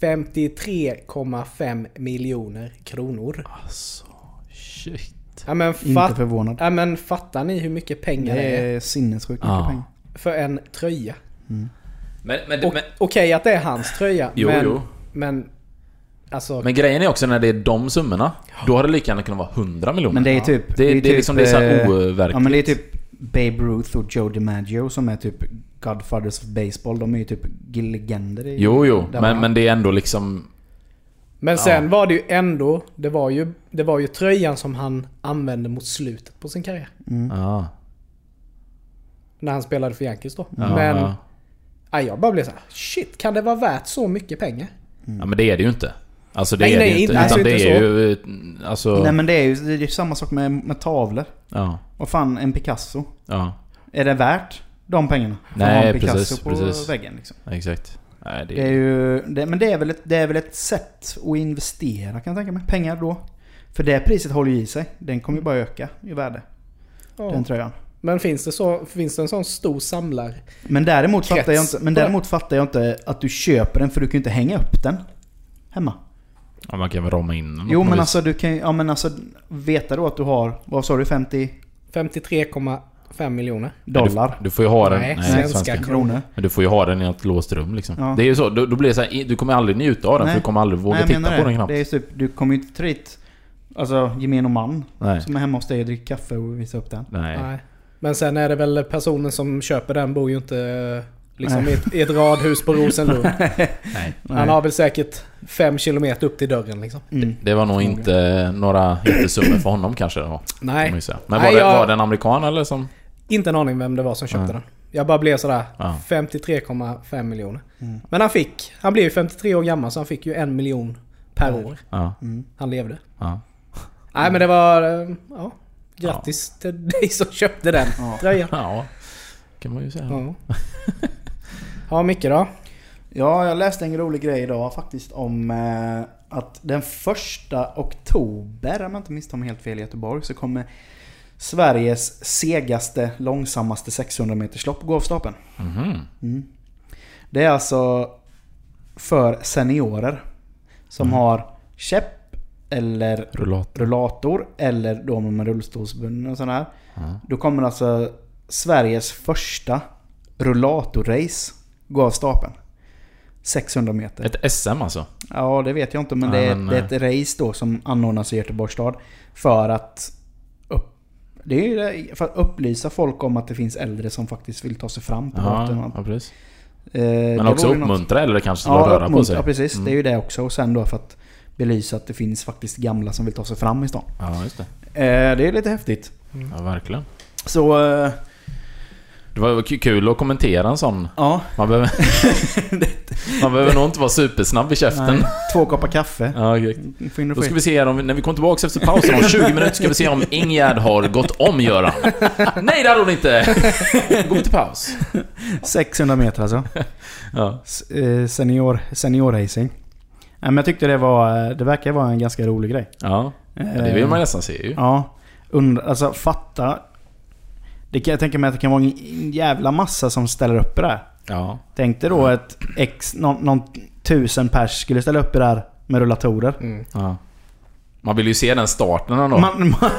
S2: 53,5 miljoner kronor.
S1: Alltså, shit.
S2: Ja, men,
S3: Inte
S2: fat,
S3: förvånad.
S2: ja, men fattar ni hur mycket pengar
S3: Det
S2: det är
S3: är sinnessjukt mycket
S1: Ja.
S3: pengar.
S2: för en tröja?
S1: Men, men,
S2: Och-
S1: men,
S2: Okej att det är hans tröja,
S1: Jo,
S2: men...
S1: jo.
S2: Men... Alltså...
S1: men grejen är också när det är de summorna, då hade det lika gärna kunnat vara 100 miljoner.
S3: Men det är typ...
S1: Det, det, är
S3: typ,
S1: liksom, det är så här
S3: eh,
S1: overkligt.
S3: Ja men det är typ Babe Ruth och Joe DiMaggio som är typ Godfathers of Baseball. De är ju typ legender i...
S1: Jo, jo. Men,
S3: där man-
S1: men det är ändå liksom...
S2: men sen var det ju ändå... Det var ju, det var ju tröjan som han använde mot slutet på sin karriär.
S3: Mm.
S1: Ja.
S2: När han spelade för Yankees då.
S1: Ja,
S2: men...
S1: ja.
S2: Ja, jag bara blev så här, shit kan det vara värt så mycket pengar?
S1: ja, men det är det ju inte. Alltså det
S2: Nej,
S1: är det
S2: nej,
S1: ju inte.
S2: inte-
S1: Utan
S2: alltså
S1: det
S2: inte
S1: är
S2: så.
S1: ju... eh, Alltså...
S3: Nej men det är ju det är ju samma sak med, med tavlor.
S1: Ja.
S3: Vad fan, en Picasso.
S1: Ja.
S3: Är det värt de pengarna? För att
S1: Nej,
S3: ha en Picasso
S1: precis,
S3: på
S1: precis.
S3: väggen liksom.
S1: Exakt. Nej, det
S3: Det är ju, det, men det är, väl ett, det är väl ett sätt att investera kan jag tänka mig. Pengar då. För det priset håller ju i sig. Den kommer ju bara öka i värde.
S2: Ja.
S3: Den tröjan.
S2: Men finns det, så, finns det en sån stor samlar...
S3: Men däremot, fattar jag
S2: Krets.
S3: inte, men däremot fattar jag inte att du köper den för du kan ju inte hänga upp den. Hemma.
S1: Ja, man kan väl rama in den
S3: Jo
S1: på något
S3: men
S1: vis.
S3: alltså du kan ju- ja men alltså veta då att du har, vad sa du, 50
S2: 53,5 miljoner.
S3: dollar?
S1: Du, du får ju ha den...
S2: Nej,
S1: Nej,
S2: svenska
S1: svenska.
S2: kronor.
S3: Kronor?
S1: Men du får ju ha den i ett låst rum liksom.
S3: Ja.
S1: Det är ju så, då, då blir det så här, i- du kommer aldrig njuta av den
S3: Nej.
S1: för du kommer aldrig våga
S3: Nej, jag
S1: titta
S3: menar
S1: på
S3: det.
S1: den knappt.
S3: Det är ju typ, du kommer ju inte ta dit, alltså gemene man
S1: Nej.
S3: som är hemma hos dig och dricker kaffe och visar upp den.
S1: Nej.
S2: Nej. Men sen är det väl personen som köper den bor ju inte eh, liksom
S3: Nej.
S2: i ett, i ett radhus på Rosenlund.
S1: Nej.
S2: Han har väl säkert 5 kilometer upp till dörren liksom.
S3: Mm.
S1: Det var nog inte några jättesummor för honom kanske då, kan man ju
S2: Nej,
S1: säga. Men var,
S2: Nej,
S1: det,
S2: jag-
S1: var det en amerikan eller som...
S2: inte en aning vem det var som köpte
S1: Ja.
S2: den. Jag bara blev sådär
S1: Ja.
S2: 53,5 miljoner. Men han fick, han blev ju 53 år gammal så han fick ju en miljon per år
S1: Ja.
S3: Mm.
S2: han levde.
S1: ja.
S2: Nej men det var... eh, Ja, grattis till dig som köpte den
S3: Ja.
S2: tröjan.
S1: Ja. Kan man ju säga.
S2: Ja. ja Micke då?
S3: Ja, jag läste en rolig grej idag faktiskt om eh, att den första oktober, om jag inte misstar mig helt fel, i Göteborg så kommer Sveriges segaste, långsammaste 600 meterslopp gå av stapeln.
S1: Mhm.
S3: Det är alltså för seniorer som har käpp eller
S1: Rullat.
S3: rullator eller då om de är rullstolsbundna och sådär.
S1: Ja.
S3: Då kommer alltså Sveriges första rullatorrace gå av stapeln. 600 meter.
S1: Ett SM alltså?
S3: Ja, det vet jag inte. Men,
S1: Nej,
S3: det, är,
S1: men, eh,
S3: det är ett race då som anordnas i Göteborgs stad. För att, upp, det är ju det- för att upplysa folk om att det finns äldre som faktiskt vill ta sig fram på
S1: Ja,
S3: gatorna.
S1: ja precis.
S3: Eh,
S1: Men
S3: det
S1: också
S3: vore ju något-
S1: uppmuntra eller kanske
S3: Ja,
S1: röra på
S3: uppmuntra,
S1: sig?
S3: Ja, precis.
S1: Mm.
S3: Det är ju det också. Och sen då för att belysa att det finns faktiskt gamla som vill ta sig fram i stan.
S1: Ja, just det.
S3: Eh, det är lite häftigt.
S1: Ja, verkligen.
S3: Så, eh,
S1: Det var k- kul att kommentera en sån.
S3: ja.
S1: Man behöver, man behöver nog inte vara supersnabb i käften.
S3: Nej, två koppar kaffe.
S1: Ja, okej.
S3: Får in och
S1: Då
S3: få
S1: ska
S3: in.
S1: vi se här om, vi- när vi kommer tillbaka efter pausen om 20 minuter ska vi se om Ingegärd har gått om Göran. Nej, det hade hon inte! Gå till paus.
S3: 600 meter alltså.
S1: Ja.
S3: S- eh, Senior, senior racing. Ja, men jag tyckte det var, eh, det verkar vara en ganska rolig grej.
S1: ja, det vill man nästan se ju.
S3: Eh, Ja, und- alltså fatta. Det kan, jag tänker mig att det kan vara en jävla massa som ställer upp i det här.
S1: Ja.
S3: Tänk dig då ett ex, någon, någon tusen pers skulle ställa upp i det här med rullatorer.
S2: Mm.
S1: ja. Mm. Man vill ju se den starten ändå.
S3: Man, man,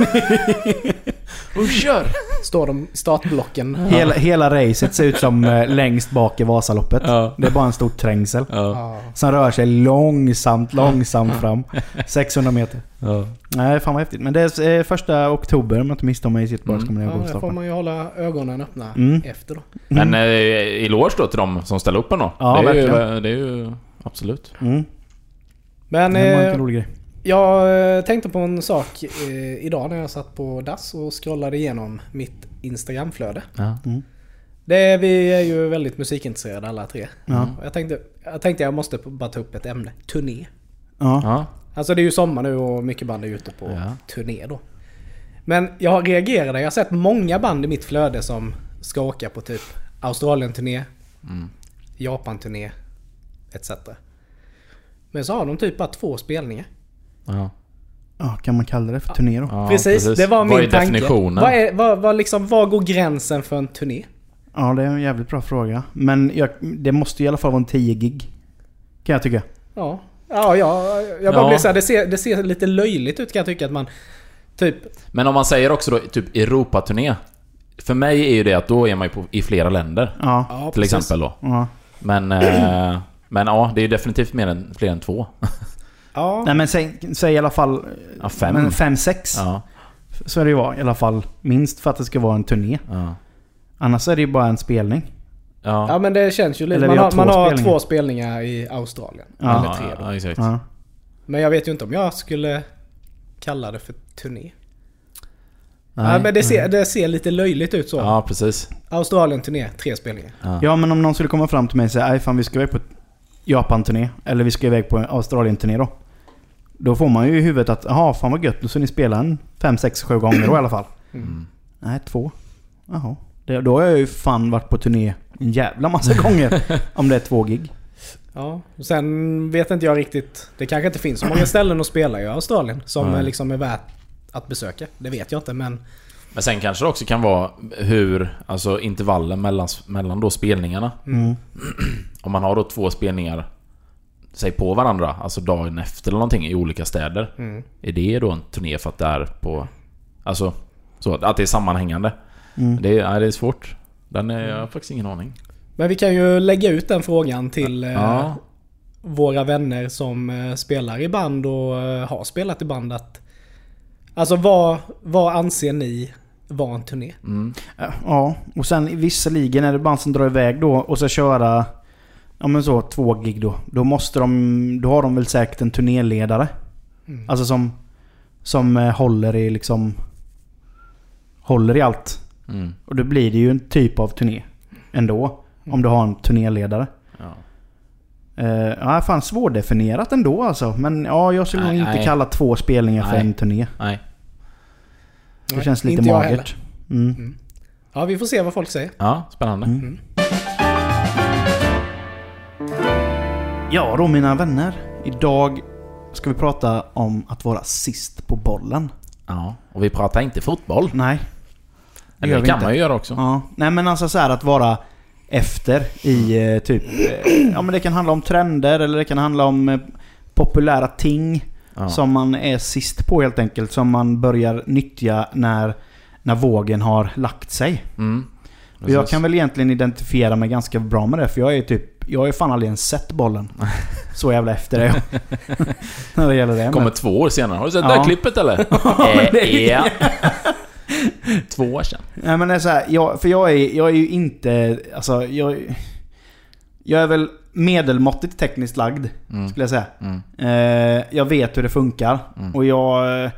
S1: och kör!
S2: Står de i startblocken?
S3: hela, hela racet ser ut som eh, längst bak i Vasaloppet.
S1: Ja.
S3: Det är bara en stor trängsel.
S1: Ja.
S2: Ja.
S3: Som rör sig långsamt, långsamt fram. 600 meter.
S1: Ja.
S3: Nej, fan vad häftigt. Men det är eh, första oktober om jag inte misstar mig i Göteborg
S1: Mm.
S3: så kommer det
S2: Ja,
S3: här gå av
S2: det får
S3: stapeln.
S2: man ju hålla ögonen öppna
S3: Mm.
S2: efter då.
S1: Men eh, eloge då till de som ställer upp ändå.
S3: Ja,
S1: det, är ju,
S3: verkligen.
S1: det är ju Absolut.
S3: Mm.
S2: Men
S3: Det var en
S2: eh,
S3: liten rolig grej.
S2: jag eh, tänkte på en sak eh, idag när jag satt på dass och scrollade igenom mitt Instagramflöde.
S1: Ja.
S2: Det, vi är ju väldigt musikintresserade alla tre.
S3: Ja.
S2: Och Jag, tänkte, jag tänkte jag måste bara ta upp ett ämne. Turné.
S3: Ja.
S1: Ja.
S2: Alltså det är ju sommar nu och mycket band är ute på
S1: Ja.
S2: turné då. Men jag reagerade, jag har sett många band i mitt flöde som ska åka på typ Australien-turné,
S1: Mm.
S2: Japan-turné, etc. Men så har de typ bara två spelningar.
S1: Ja.
S3: ja. Kan man kalla det för turné då?
S1: Ja,
S2: precis, det var min
S1: Vad är
S2: tanke.
S1: definitionen?
S2: Vad är, vad, vad liksom, var går gränsen för en turné?
S3: Ja, det är en jävligt bra fråga. Men jag, det måste i alla fall vara en 10 gig. Kan jag tycka.
S2: Ja, ja, ja jag bara
S1: Ja.
S2: blir så här, det, ser, det ser lite löjligt ut kan jag tycka att man typ...
S1: Men om man säger också då typ Europaturné. För mig är ju det att då är man ju på, i flera länder.
S3: Ja.
S2: Ja,
S1: till
S2: precis.
S1: exempel då.
S3: ja.
S1: Men, eh, men ja, det är ju definitivt mer än, fler än två.
S2: Ja,
S3: Nej men säg, säg i alla fall...
S1: Ja, fem.
S3: Men fem, sex.
S1: Ja,
S3: Så är det ju vara, i alla fall. Minst för att det ska vara en turné.
S1: ja.
S3: Annars är det ju bara en spelning.
S2: ja
S1: Ja,
S2: men det känns ju lite...
S3: Eller
S2: Man
S3: vi har
S2: har, man
S3: två
S2: har
S3: spelningar.
S2: två spelningar i Australien.
S3: Ja.
S2: Eller tre då.
S1: ja exakt.
S3: Ja.
S2: Men jag vet ju inte om jag skulle kalla det för turné.
S1: Nej.
S2: ja, men det ser, det ser lite löjligt ut så.
S1: Ja, precis.
S2: Australien-turné, tre spelningar.
S1: Ja.
S3: ja men om någon skulle komma fram till mig och säga "Aj, fan vi ska iväg på Japan-turné. Eller vi ska iväg på en Australien-turné då. Då får man ju i huvudet att jaha fan vad gött. Nu ska ni spela en fem, sex, sju gånger då i alla fall.
S1: Mm.
S3: Nej, två. Jaha. Det, då har jag ju fan varit på turné en jävla massa gånger. om det är två gig.
S2: Ja. Och Sen vet inte jag riktigt. Det kanske inte finns så många ställen att spela i Australien som
S1: Nej.
S2: liksom är värt att besöka. Det vet jag inte men...
S1: Men sen kanske det också kan vara hur, alltså intervallen mellan, mellan då spelningarna. Om man har då två spelningar, säg på varandra, alltså dagen efter eller någonting i olika städer. Är det då en turné för att det är på... Alltså, så att- att det är sammanhängande. Det, är, nej, det är svårt. Den är, jag har faktiskt ingen aning.
S2: Men vi kan ju lägga ut den frågan till eh,
S1: Ja,
S2: våra vänner som eh, spelar i band och eh, har spelat i band att... Alltså vad, vad anser ni var en turné?
S3: Ja, och sen i vissa ligor när det är band som drar iväg då och ska köra ja, men så, två gig då. Då, måste de, då har de väl säkert en turnéledare.
S2: Mm.
S3: Alltså som, som eh, håller i liksom... Håller i allt.
S1: Mm.
S3: Och då blir det ju en typ av turné ändå.
S2: Mm.
S3: Om du har en turnéledare.
S1: ja.
S3: Uh, ja, fan svårdefinierat ändå alltså. Men ja, jag skulle
S1: Nej,
S3: nog inte
S1: nej.
S3: kalla två spelningar för
S1: Nej.
S3: en turné.
S1: Nej.
S3: Det
S2: Nej,
S3: känns lite
S2: inte jag
S3: magert.
S2: heller.
S3: Mm.
S2: Ja, vi får se vad folk säger.
S1: Ja, spännande.
S3: Ja då mina vänner. Idag ska vi prata om att vara sist på bollen.
S1: Ja, och vi pratar inte fotboll.
S3: Nej.
S1: Det, det
S3: gör
S1: kan
S3: vi inte.
S1: man ju göra också.
S3: Ja. Nej men alltså så här att vara efter i eh, typ... eh, Ja men det kan handla om trender eller det kan handla om eh, populära ting.
S1: Ja.
S3: Som man är sist på helt enkelt. Som man börjar nyttja när, när vågen har lagt sig.
S1: Mm.
S3: Och jag
S1: Precis.
S3: kan väl egentligen identifiera mig ganska bra med det för jag är typ... Jag har ju fan aldrig ens sett bollen. Så jävla efter det. När det gäller det.
S1: Kommer två år senare. Har du sett
S3: Ja.
S1: det här klippet eller? Eh, ja. Två år sedan.
S3: Nej men det är så här, jag, för jag är, jag är ju inte, alltså jag... Jag är väl medelmåttigt tekniskt lagd, skulle jag säga.
S1: Mm.
S3: Eh, jag vet hur det funkar och jag... eh,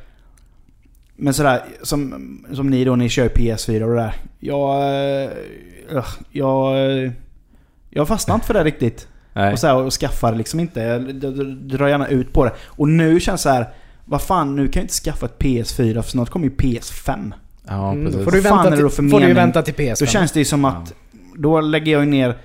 S3: Men sådär, som, som ni då, ni kör PS4 och det där. Jag... eh, ugh, Jag... eh, Jag fastnar inte för det riktigt.
S1: Nej.
S3: Och, så här, och skaffar liksom inte. Jag d- d- drar gärna ut på det. Och nu känns det så här. Vad fan, nu kan jag inte skaffa ett PS4 för snart kommer ju PS5.
S1: Ja,
S2: Mm,
S1: precis.
S2: då får du, ju
S3: Fan
S2: vänta
S3: är det
S2: till,
S3: då för
S2: får du ju
S3: mening?
S2: vänta till PS5.
S3: Då känns det ju som att då lägger jag ju ner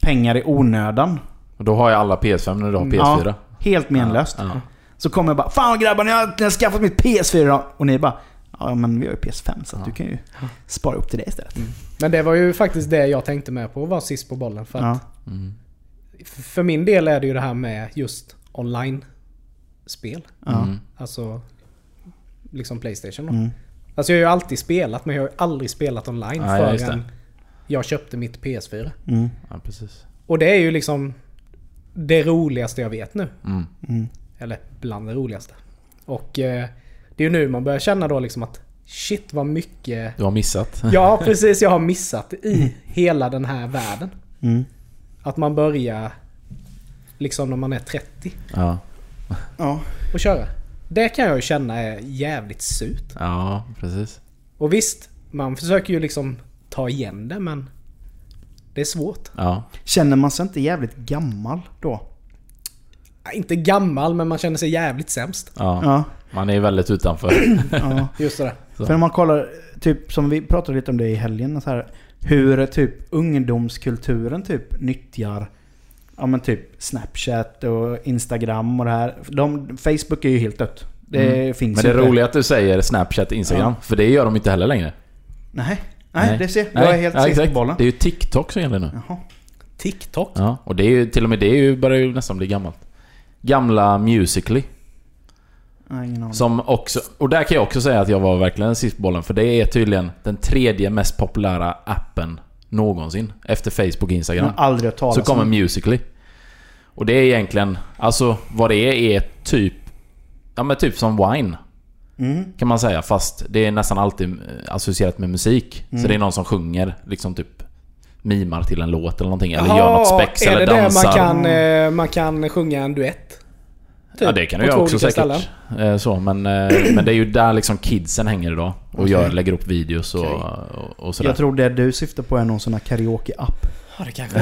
S3: pengar i onödan.
S1: Och då har jag alla PS5 när du
S3: Mm,
S1: har PS4.
S3: Ja, helt menlöst.
S1: Ja.
S3: Så kommer jag bara Fan grabbar, ni har äntligen skaffat mitt PS4 då. Och ni bara Ja men vi har ju PS5 så
S1: Ja.
S3: att
S1: Mm.
S3: du kan ju spara upp till det istället.
S2: Men det var ju faktiskt det jag tänkte med på, att vara sist på bollen. För,
S3: Ja.
S2: att, f- för min del är det ju det här med just online-spel.
S3: Ja.
S1: Mm.
S2: Alltså, liksom Playstation då.
S3: Mm.
S2: Alltså jag har ju alltid spelat, men jag har ju aldrig spelat online
S1: Nej, just
S2: förrän
S1: det.
S2: jag köpte mitt PS4.
S3: Mm.
S1: ja, precis.
S2: Och det är ju liksom det roligaste jag vet nu.
S1: Mm.
S2: Eller bland det roligaste. Och eh, det är ju nu man börjar känna då liksom att shit vad mycket
S1: Du har missat.
S2: Ja, precis. Jag har
S1: Mm.
S2: missat i hela den här världen.
S3: Mm.
S2: Att man börjar liksom när man är 30
S1: Ja.
S3: Ja.
S2: och köra. Det kan jag ju känna är jävligt surt.
S1: Ja, precis.
S2: Och visst, man försöker ju liksom ta igen det men det är svårt.
S1: Ja.
S3: Känner man sig inte jävligt gammal då?
S2: Ja, Inte gammal men man känner sig jävligt sämst.
S1: ja.
S3: Ja.
S1: Man är väldigt utanför.
S3: ja.
S2: Just det.
S1: Så.
S3: För när man kollar, typ som vi pratade lite om det i helgen, så här, hur typ ungdomskulturen typ nyttjar ja, men typ Snapchat och Instagram och det här. De, Facebook är ju helt dött. Det
S1: Mm.
S3: finns
S1: Men det är
S3: inte.
S1: roligt att du säger Snapchat, Instagram. För det gör de inte heller längre.
S3: Nej, nej,
S1: Nej.
S3: det ser. Jag är helt
S1: ja,
S3: sist
S1: exakt.
S3: på bollen.
S1: Det är ju TikTok som gäller nu.
S3: Jaha.
S2: TikTok.
S1: Ja, och det är ju, till och med det är ju, börjar ju nästan bli gammalt. Gamla Musical.ly.
S3: Nej, ingen aning.
S1: Som också, och där kan jag också säga att jag var verkligen sist på bollen. För det är tydligen den tredje mest populära appen någonsin. Efter Facebook och
S3: Jag
S1: Instagram.
S2: Mm,
S3: har aldrig hört talas
S1: Så kommer
S3: om.
S1: Musical.ly. Och det är egentligen, alltså vad det är är typ, ja men typ som Wine.
S3: Mm.
S1: Kan man säga, fast det är nästan alltid eh, associerat med musik.
S2: Mm.
S1: Så det är någon som sjunger, liksom typ mimar till en låt eller någonting. Eller gör något spex
S2: är
S1: eller
S2: det
S1: dansar.
S2: där man kan, eh, man kan sjunga en duett?
S1: ja det kan du
S2: Typ. på
S1: göra
S2: två
S1: också
S2: olika
S1: säkert. Eh, Så, men, eh, men det är ju där liksom kidsen hänger idag. Och gör, lägger upp videos och, och, och sådär.
S3: Jag tror det du syftar på är någon sån här karaoke-app.
S2: Ja, det kanske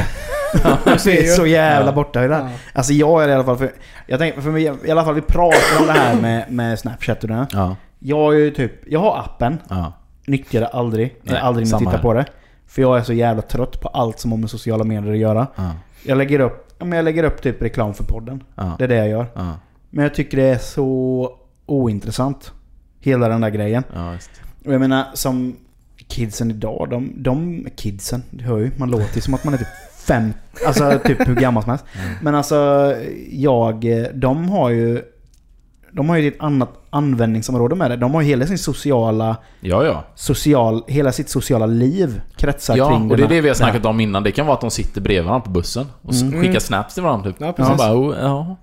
S3: Det är så jävla
S1: Ja.
S3: borta i det här.
S2: Ja.
S3: Alltså jag är i alla fall för... Jag tänker, för mig, i alla fall vi pratar om det här med, med Snapchat och det här.
S1: Ja,
S3: Jag är ju typ, jag har appen,
S1: ja.
S3: nyttjar det aldrig. Jag
S1: Nej,
S3: har aldrig
S1: samma
S3: titta
S1: här.
S3: på det. För jag är så jävla trött på allt som har med sociala medier att göra.
S1: Ja,
S3: Jag lägger upp, ja, men jag lägger upp typ reklam för podden.
S1: ja,
S3: Det är det jag gör.
S1: ja,
S3: Men jag tycker det är så ointressant. Hela den där grejen.
S1: ja, visst.
S3: Och jag menar som kidsen idag, de, de kidsen, du hör ju, man låter ju som att man är typ fem, alltså typ hur gammal som helst.
S1: Mm.
S3: Men alltså jag, de har ju, de har ju ett annat användningsområde med det. De har ju hela sin sociala,
S1: ja, ja.
S3: social, hela sitt sociala liv kretsar
S1: Ja,
S3: kring
S1: och det är
S3: den här-
S1: det vi har
S3: den här-
S1: snackat om innan. Det kan vara att de sitter bredvid varandra på bussen och s- skickar snaps till varandra typ.
S2: Ja,
S1: Och
S2: precis.
S1: man bara, oh, ja.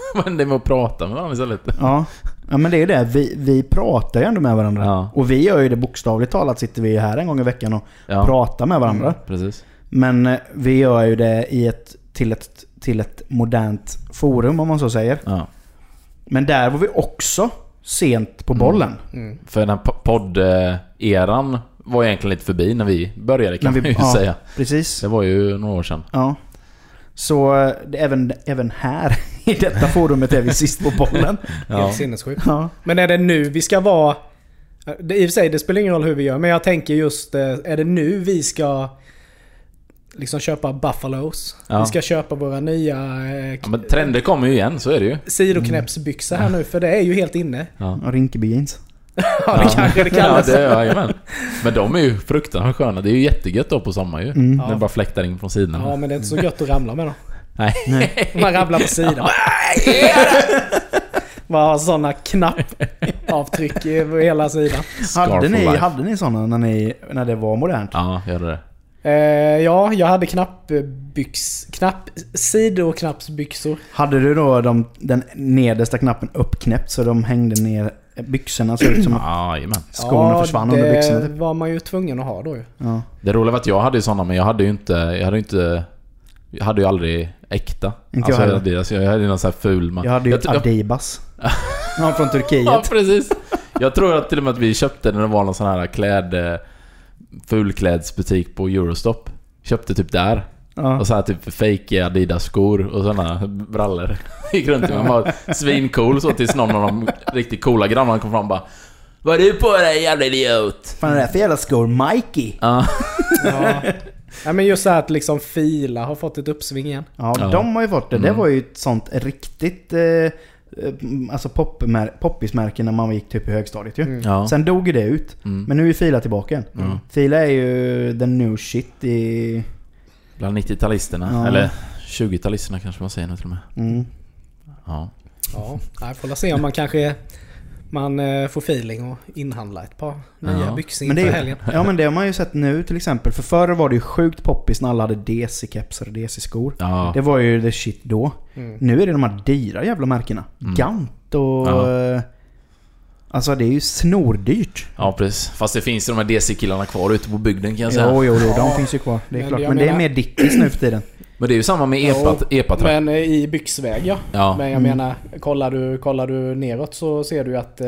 S1: Men det med att prata med varandra istället.
S3: Ja. ja, men det är ju det. Vi, vi pratar ju ändå med varandra.
S1: Ja.
S3: Och vi gör ju det bokstavligt talat, sitter vi ju här en gång i veckan och
S1: Ja. Mm.
S3: pratar med varandra.
S1: Precis.
S3: Men eh, vi gör ju det i ett, till, ett, till ett modernt forum om man så säger.
S1: Ja.
S3: Men där var vi också sent
S1: Mm.
S3: på bollen.
S1: För den här po- podd-eran var egentligen lite förbi när vi började kan
S3: När
S1: man ju
S3: ja,
S1: säga.
S3: Precis.
S1: Det var ju några år sedan.
S3: Ja. Så eh, det, även, även här i detta forumet är vi sist på bollen.
S2: Helt
S1: Ja.
S2: sinnessjukt.
S3: Ja.
S2: Men är det nu vi ska vara... Det, I och för sig, det spelar ingen roll hur vi gör. Men jag tänker just, eh, är det nu vi ska liksom köpa Buffalos?
S1: Ja.
S2: Vi ska köpa våra nya eh,
S1: Ja, men trender kommer ju igen, så är det ju.
S2: sidoknäppsbyxor här nu. För det är ju helt inne.
S3: Och Rinkeby jeans.
S2: Ja, det kanske det
S1: Ja,
S2: kallas.
S1: det är jajamän. Men de är ju fruktansvärt sköna. Det är ju jättegött då på sommaren ju.
S3: Mm.
S1: När det
S2: Ja.
S1: bara fläktar in från sidorna.
S2: Ja, men det är inte så gött att ramla med dem.
S1: Nej.
S2: Man ramlar på sidan. Man har sådana knappavtryck över hela sidan.
S1: Scar
S3: Hade
S1: for
S3: ni,
S1: life.
S3: hade ni sådana när, ni, när det var modernt?
S1: Ja, gör det.
S2: Eh, ja, jag hade knappbyx... Knapp... Sidoknappsbyxor.
S3: Hade du då de, den nedersta knappen uppknäppt så de hängde ner byxorna såg ut som att
S1: Ja, jajamän.
S3: skorna försvann under byxorna?
S2: det
S3: Typ.
S2: var man ju tvungen att ha då ju.
S3: Ja.
S1: Det roliga var att jag hade ju sådana men jag hade ju inte... Jag hade ju inte... Jag hade ju aldrig äkta.
S3: jag
S1: alltså,
S3: heller.
S1: Adidas. Jag hade ju någon sån här ful... man-
S3: Jag hade ju
S1: tr-
S3: ett Adibas. Ja, från
S1: Ja,
S3: Turkiet.
S1: precis. Jag tror att till och med att vi köpte när det var någon sån här kläd... eh, Fulklädsbutik på Eurostop. Köpte typ där.
S3: Ja.
S1: Och så här typ fake Adidas-skor och sådana brallor. Gick runt med. Man var svincool så tills någon av de riktigt coola grannarna kom fram och bara Vad har du på dig jävla idiot?
S3: Fan är det här för jävla skor? Mikey?
S1: Ja,
S2: Ja. ja men just så här att liksom Fila har fått ett uppsving igen.
S3: Ja,
S1: Ja.
S3: de har ju fått det. Det
S1: Mm.
S3: var ju ett sånt riktigt eh, eh, alltså popmär- poppismärke när man gick typ i högstadiet ju.
S1: ja.
S3: Sen dog ju det ut.
S1: Mm.
S3: Men nu är Fila tillbaka igen. Fila är ju the new shit i...
S1: Bland 90-talisterna.
S3: Ja.
S1: Eller 20-talisterna kanske man säger nu till och med.
S3: Mm.
S1: Ja.
S2: Ja, jag får väl se om man kanske... Man eh, får feeling och inhandla ett par nya
S1: Ja.
S2: byxor
S3: Men
S2: inför
S3: det är, ju-
S2: helgen.
S3: ja men det har man ju sett nu till exempel. För förr var det ju sjukt poppis när alla hade DC-kepsar och DC-skor.
S1: Ja.
S3: Det var ju the shit då.
S2: Mm.
S3: Nu är det de här dyra jävla märkena. Gant och...
S1: Mm. Ja.
S3: eh, Alltså det är ju snordyrt.
S1: ja, precis. Fast det finns ju de här DC-killarna kvar ute på bygden kan jag säga.
S3: Jo, jo, jo, de finns ju kvar. Det är
S2: Men
S3: klart.
S2: jag
S3: Men det är
S2: menar-
S3: mer Dickies nu för tiden.
S1: Men det är ju samma med
S2: Jo,
S1: epa, epa
S2: Men eh, i byxväg ja.
S1: Ja.
S2: Men jag
S3: Mm.
S2: menar, kollar du, kollar du neråt så ser du ju att eh,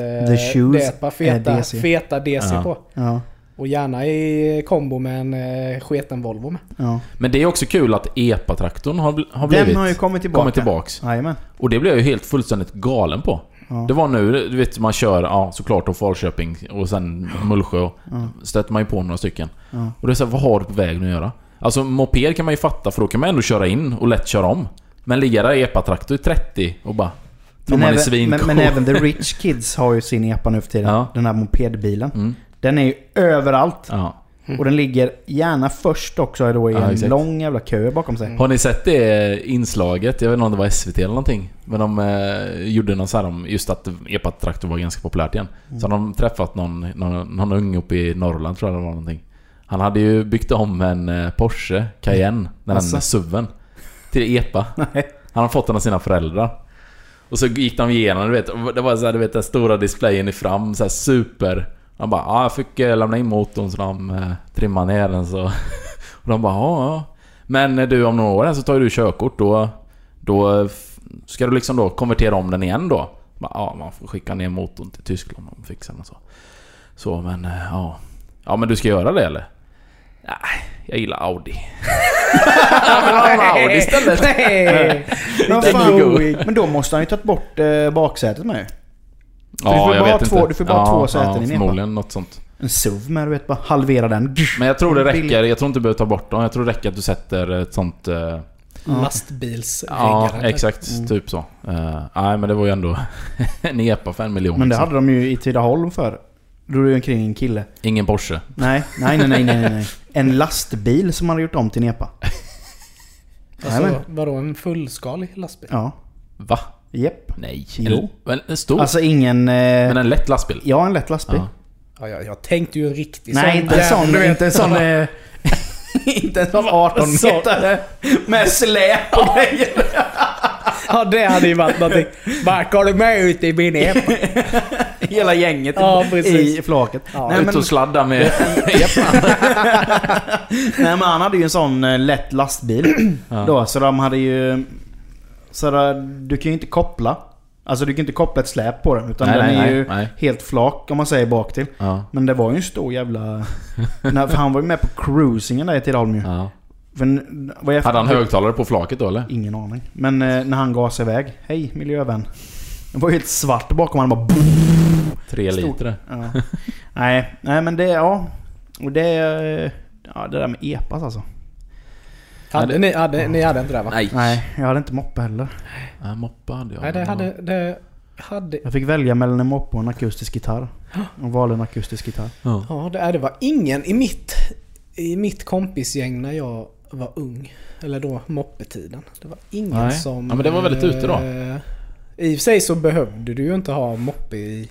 S3: shoes
S2: det är ett par feta
S3: är
S2: DC,
S3: DC.
S2: feta DC
S1: Ja.
S2: på.
S3: Ja,
S2: Och gärna i kombo med en eh, sketen Volvo med.
S3: ja.
S1: Men det är också kul att epa-traktorn har, bl- har blivit...
S3: Den har ju kommit tillbaka.
S1: kommit tillbaks.
S3: Jajamän.
S1: Och det blev jag ju helt fullständigt galen på.
S3: Ja.
S1: Det var nu, du vet man kör, ja såklart då Falköping och sen Mullsjö. och Stöter man ju på några stycken.
S3: Ja.
S1: Och det är såhär, vad har du på vägen att göra? Alltså moped kan man ju fatta för då kan man ändå köra in och lätt köra om. Men ligga där i epatraktor i 30 och bara... Tror man är
S3: även, men,
S1: svincool.
S3: men även the rich kids har ju sin epa nu för tiden.
S1: Ja.
S3: Den här mopedbilen.
S1: Mm.
S3: Den är ju överallt.
S1: Ja.
S3: Och den ligger gärna först också då i
S1: Ja,
S3: en
S1: exakt.
S3: lång jävla kö bakom sig.
S1: Har ni sett det inslaget? Jag vet inte om det var SVT eller någonting. Men de eh, gjorde någon så här om just att epatraktor var ganska populärt igen. Så hade de träffat någon, någon, någon unge uppe i Norrland tror jag det var någonting. Han hade ju byggt om en eh, Porsche Cayenne, den
S3: Asså?
S1: här SUVen. Till epa. Han har fått den av sina föräldrar. Och så gick de igenom, du vet. och Det var så här, du vet den stora displayen i fram, så här super. Han bara ah, jag fick eh, lämna in motorn så de eh, trimmade ner den så... och de bara ja, ja. Men eh, du om några år här så tar ju du körkort då... Då eh, f- ska du liksom då konvertera om den igen då. Bara, Ja, man får skicka ner motorn till Tyskland och fixa den och så. Så men eh, ja... Ja men du ska göra det eller? Nej, jag gillar Audi. Ja, men ha en Audi istället.
S2: Nej!
S3: Men,
S1: Där
S3: fan,
S1: you go.
S3: men då måste han ju tagit bort eh, baksätet med ju.
S1: Ja,
S3: du får
S1: jag
S3: bara
S1: vet
S3: ha
S1: inte.
S3: två- du får bara ha
S1: ja,
S3: två säten i
S1: ja,
S3: nepa.
S1: förmodligen något sånt.
S3: En SUV med du vet bara halvera den.
S1: Men jag tror det
S3: Billigt.
S1: räcker. Jag tror inte du behöver ta bort dem. Jag tror det räcker att du sätter ett sånt... eh,
S2: Lastbilsriggare.
S1: ja, exakt.
S3: Mm.
S1: Typ så. Eh, nej, men det var ju ändå en epa för en miljon.
S3: Men det
S1: liksom.
S3: hade de ju i Tidaholm för. Då är det ju omkring en kille.
S1: Ingen Porsche.
S3: Nej, nej, nej, nej, nej, nej, nej. En lastbil som man har gjort om till en epa.
S2: Alltså,
S3: Jajamän.
S2: vadå en fullskalig lastbil?
S3: Ja.
S1: Va?
S3: Jepp.
S1: Nej.
S3: Jo.
S1: En, men en stor?
S3: Alltså ingen... Eh,
S1: Oh. men en lätt lastbil?
S3: ja, en lätt lastbil.
S1: Ja.
S2: Ja, jag, jag tänkte ju en riktig
S3: Nej, inte en sån.
S2: jävla-
S3: Inte en sån... eh, Inte en sån 18
S2: Sån.
S3: meter med släp och grejer.
S2: Ja, det hade ju varit någonting. Mark, har du med ut i min epa?
S3: Hela gänget
S2: Ja, precis.
S3: i flaket.
S2: Ja.
S3: Nej,
S1: Ut
S3: men,
S1: och sladda med
S3: nej men han hade ju en sån eh, lätt lastbil.
S1: Ja.
S3: Då, så de hade ju... Så där, du kan ju inte koppla. Alltså du kan inte koppla ett släp på den. Utan
S1: Nej,
S3: den
S1: nej,
S3: är
S1: nej,
S3: ju
S1: nej.
S3: helt flak om man säger bak till.
S1: ja.
S3: Men det var ju en stor jävla... Nej, för han var ju med på cruisingen där i Tidaholm ju.
S1: ja.
S3: För, n- vad jag-
S1: Hade han högtalare på flaket då eller?
S3: Ingen aning. Men eh, när han gasade iväg. Hej miljövän. Det var ju helt svart bakom han bara...
S1: Tre
S3: Stor.
S1: liter?
S3: Ja. nej, nej men det... Ja. Och det... eh, Ja det där med epas alltså.
S2: Hade, ni, hade, ni hade inte det va?
S1: Nej.
S3: Nej, jag hade inte moppe heller.
S1: Nej, Moppa hade jag.
S2: Nej, det hade... Det hade
S3: Jag fick välja mellan en moppe och en akustisk gitarr. Och valde en akustisk gitarr.
S1: Ja.
S2: ja, det, det var ingen i mitt, i mitt kompisgäng när jag var ung. Eller då moppetiden. Det var ingen
S1: Nej.
S2: som...
S1: Ja, men det var väldigt ute då.
S2: eh, I och för sig så behövde du ju inte ha moppe i,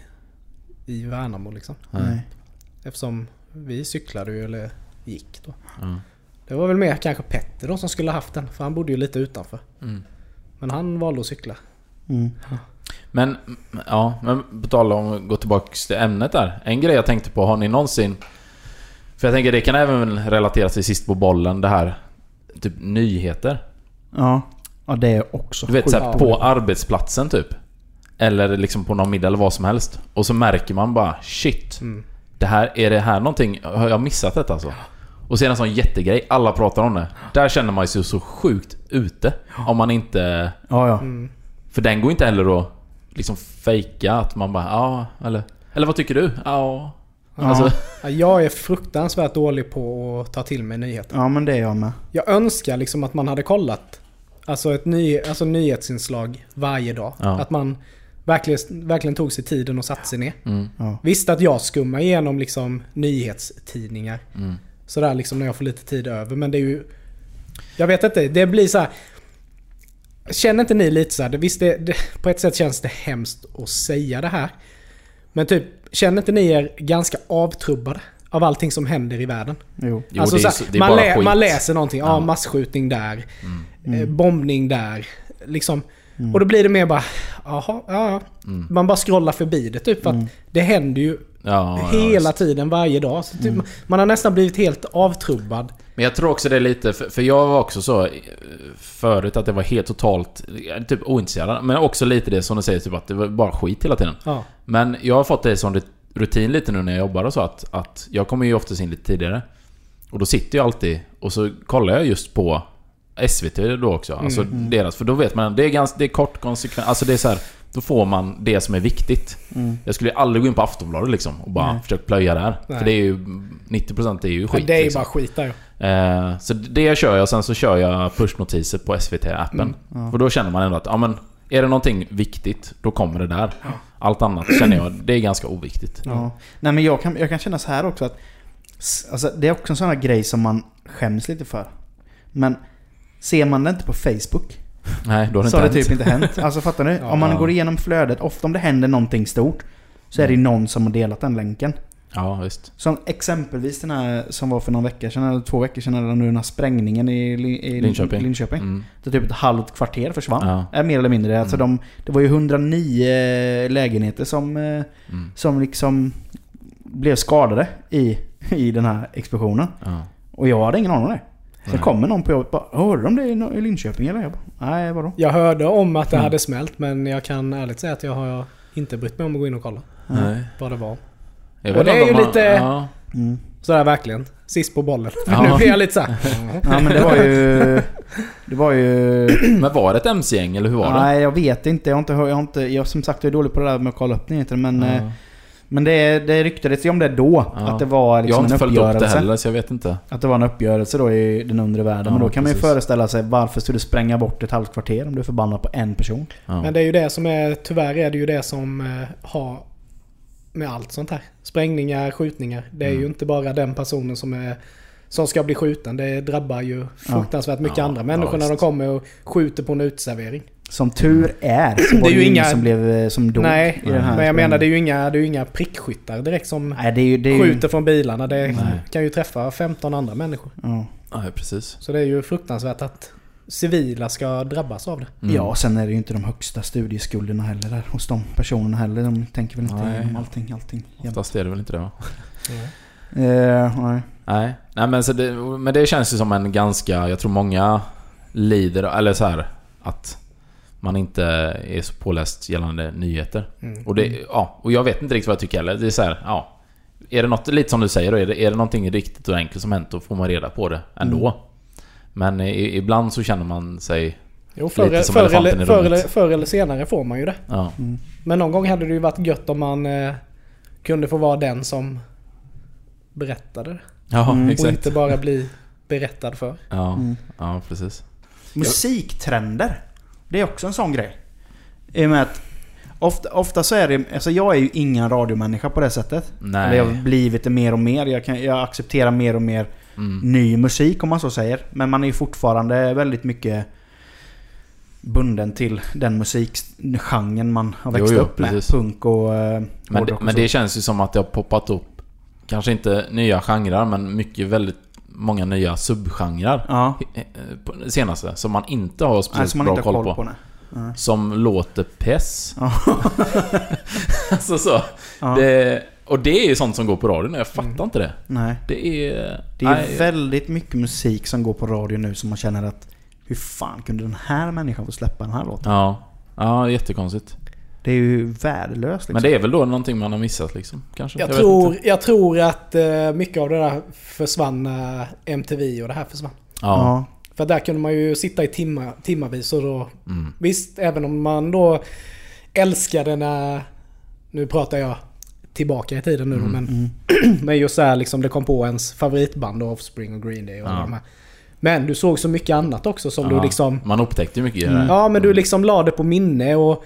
S2: i Värnamo liksom.
S1: Nej.
S2: Eftersom vi cyklade ju eller gick då.
S1: Ja.
S2: Det var väl mer kanske Petter då som skulle ha haft den. För han bodde ju lite utanför.
S1: Mm.
S2: Men han valde att cykla.
S3: Mm.
S1: Men, ja, men på tal om att gå tillbaks till ämnet där. En grej jag tänkte på, har ni någonsin... För jag tänker det kan även relatera till sist på bollen, det här... Typ nyheter.
S3: Ja. Ja det är också
S1: Du vet
S3: sjukt.
S1: såhär på arbetsplatsen typ. Eller liksom på någon middag eller vad som helst. Och så märker man bara shit. Det här, är det här någonting? Har jag missat detta alltså? Och sen en sån jättegrej, alla pratar om det. Där känner man sig så sjukt ute. Om man inte...
S3: Ja ja.
S1: Mm. För den går inte heller att liksom fejka att man bara ja, eller... Eller vad tycker du? Ja. Alltså,
S2: Ja, Jag är fruktansvärt dålig på att ta till mig nyheter.
S3: Ja men det är jag med.
S2: Jag önskar liksom att man hade kollat alltså ett ny, alltså nyhetsinslag varje dag.
S1: Ja.
S2: Att man verkligen, verkligen tog sig tiden och satte sig ner.
S3: Ja.
S2: Visst att jag skummar igenom liksom nyhetstidningar. Sådär liksom när jag får lite tid över. Men det är ju... Jag vet inte, det blir så här. Känner inte ni lite så här, det- visst det, det, på ett sätt känns det hemskt att säga det här. Men typ, känner inte ni er ganska avtrubbade av allting som händer i världen?
S3: Jo.
S1: jo,
S2: alltså,
S1: det är,
S2: så
S1: så-
S2: här,
S1: det är
S2: man,
S1: bara
S2: lä-
S1: skit. Mm.
S2: man läser någonting. Ja, masskjutning där. Eh, bombning där. Liksom.
S3: Mm.
S2: Och då blir det mer bara, jaha, ja, ja.
S1: Mm.
S2: Man bara scrollar förbi det typ. För att
S3: Mm.
S2: det händer ju
S1: Ja, ja,
S2: hela tiden, varje dag. Så typ,
S3: Mm.
S2: Man har nästan blivit helt avtrubbad.
S1: Men jag tror också det är lite, för, för jag var också så eh, förut att det var helt totalt eh, typ ointresserad. Men också lite det som du säger, typ att det var bara skit hela tiden.
S2: Ja.
S1: Men jag har fått det som rut- rutin lite nu när jag jobbar och så att, att jag kommer ju oftast in lite tidigare. Och då sitter jag alltid och så kollar jag just på SVT då också.
S2: Mm.
S1: Alltså deras, för då vet man, det är, ganska, det är kort konsekvent. Alltså det är så här, då får man det som är viktigt. Jag skulle aldrig gå in på Aftonbladet liksom och bara försöka plöja där.
S2: Mm. Nej.
S1: För det är ju, 90% är ju skit.
S2: Men det är ju
S1: liksom.
S2: bara skit där ju.
S1: Eh, så det kör jag, sen så kör jag pushnotiser på SVT-appen.
S2: Mm.
S1: För Mm. då känner man ändå att, ja men, är det någonting viktigt, då kommer det där. Allt annat känner jag, det är ganska oviktigt.
S3: Ja. Nej men jag kan, jag kan känna så här också att s- alltså, Det är också en sån här grej som man skäms lite för. Men ser man det inte på Facebook
S1: Nej, då har det
S3: så
S1: inte
S3: har det
S1: hänt.
S3: typ inte hänt. Alltså fattar ni? Om man
S1: Ja.
S3: går igenom flödet, ofta om det händer någonting stort så är det ju någon som har delat den länken.
S1: Ja, visst.
S3: Som exempelvis den här som var för någon vecka sedan, eller två veckor sedan, eller nu den här sprängningen i, Li- i Lin-
S1: Linköping.
S3: Linköping.
S1: Mm.
S3: Där typ ett halvt kvarter försvann.
S1: Ja.
S3: Eh, Mer eller mindre. Alltså
S1: Mm.
S3: de, det var ju 109 lägenheter som, eh,
S1: Mm.
S3: som liksom blev skadade i, i den här explosionen.
S1: Ja.
S3: Och jag hade ingen aning om det. Sen
S1: Nej.
S3: kommer någon på jobbet och bara Hörde de det i Nor- i Linköping eller? Jag bara, Nej vadå?
S2: Jag hörde om att det
S3: Mm.
S2: hade smält men jag kan ärligt säga att jag har inte brytt mig om att gå in och kolla
S1: Nej.
S2: vad det var.
S1: Jag
S2: Och
S1: vet
S2: det är
S1: inte om
S2: ju lite-
S1: Ja,
S3: Mm.
S2: Sådär verkligen. Sist på bollen.
S1: Ja.
S2: nu blir jag lite såhär.
S3: Ja men det var ju... Det var ju...
S1: men var det ett MC-gäng eller hur var det?
S3: Nej jag vet inte. Jag har inte hört... Jag har inte... Jag som sagt jag är dålig på det där med att kolla upp nyheter men... eh,
S1: Ja.
S3: Men det, det ryktades ju om det då.
S1: Ja.
S3: Att det var
S1: jag har
S3: liksom
S1: inte
S3: en
S1: följt upp det
S3: uppgörelse.
S1: heller, så jag vet inte.
S3: Att det var en uppgörelse då i den undre världen.
S1: Ja,
S3: men då kan man
S1: precis.
S3: ju föreställa sig varför skulle du spränga bort ett halvt kvarter om du är förbannad på en person?
S1: Ja.
S2: Men det är ju det som är, tyvärr är det ju det som eh, har med allt sånt här. Sprängningar, skjutningar. Det är
S1: Mm.
S2: ju inte bara den personen som, är, som ska bli skjuten. Det drabbar ju fruktansvärt mycket
S1: Ja,
S2: andra
S1: ja,
S2: människor när de
S1: visst.
S2: kommer och skjuter på en uteservering.
S3: Som tur
S1: Mm.
S3: är så var det, ju ingen som, blev, eh, som dog
S2: Nej,
S3: i den här
S2: men jag menar det är
S3: sprängningen.
S2: ju inga, det är ju inga prickskyttar direkt som
S3: Nej, det är ju... Det är ju
S2: skjuter från bilarna. Det
S1: Nej.
S2: kan ju träffa 15 andra människor.
S3: ja.
S1: Nej, precis.
S2: Så det är ju fruktansvärt att civila ska drabbas av det.
S1: Mm.
S3: ja, sen är det ju inte de högsta studieskulderna heller där, hos de personerna heller. De tänker väl inte
S1: Nej.
S3: igenom allting. allting. jämt.
S1: Oftast är det väl inte det va?
S3: Eh, nej.
S1: Nej, Nej men, så det, men det känns ju som en ganska... Jag tror många lider, eller så här att man inte är så påläst gällande nyheter.
S2: Mm.
S1: Och, det, ja, och jag vet inte riktigt vad jag tycker heller. Det är så här, ja. Är det något, lite som du säger då, är det, är det någonting riktigt och enkelt som hänt då får man reda på det ändå.
S3: Mm.
S1: Men i, ibland så känner man sig...
S2: Jo, förr,
S1: Lite som
S2: förr,
S1: elefanten i
S2: eller, förr,
S1: rummet.
S2: eller, förr eller senare får man ju det.
S1: Ja,
S3: Mm.
S2: Men någon gång hade det ju varit gött om man eh, kunde få vara den som berättade det.
S1: ja
S3: Mm.
S2: Och
S1: exakt.
S2: inte bara bli berättad för.
S1: Ja, ja, precis.
S3: Musiktrender. Det är också en sån grej. I och med att ofta, ofta så är det... Alltså jag är ju ingen radiomänniska på det sättet.
S1: Nej.
S3: Eller jag har blivit det mer och mer. Jag, kan, jag accepterar mer och mer
S1: Mm.
S3: ny musik om man så säger. Men man är ju fortfarande väldigt mycket bunden till den musikgenren man har växt
S1: Jo, jo,
S3: upp med.
S1: precis.
S3: Punk och eh,
S1: Men, det,
S3: hårdrock och
S1: men
S3: så.
S1: det känns ju som att det har poppat upp, kanske inte nya genrer, men mycket väldigt många nya subgenrer.
S3: Ja.
S1: Eh, på det senaste, som man inte har
S3: Nej,
S1: speciellt
S3: som man
S1: bra
S3: inte har
S1: koll, på.
S3: nej.
S1: Som låter pess.
S3: Ja.
S1: alltså så.
S3: Ja.
S1: Det, och det är ju sånt som går på radion, jag fattar inte det.
S3: nej.
S1: Det är...
S3: Det är
S1: nej,
S3: väldigt mycket musik som går på radio nu som man känner att hur fan kunde den här människan få släppa den här låten?
S1: Ja. Ja, jättekonstigt.
S3: Det är ju värdelöst liksom.
S1: Men det är väl då någonting man har missat liksom, kanske?
S2: Jag,
S1: vet
S2: tror,
S1: inte.
S2: jag tror att eh, mycket av det där försvann när MTV och det här försvann.
S1: Ja.
S3: ja.
S2: För där kunde man ju sitta i timmar, timmarvis och då...
S1: Mm.
S2: Visst, även om man då älskade när... Nu pratar jag tillbaka i tiden nu
S1: Mm.
S2: då, men... Men just så här liksom, det kom på ens favoritband Offspring och Green Day och
S1: Ja.
S2: de här. Men du såg så mycket annat också som
S1: Ja.
S2: du liksom...
S1: Man upptäckte ju mycket i det här.
S2: Ja, men du liksom la det på minne och...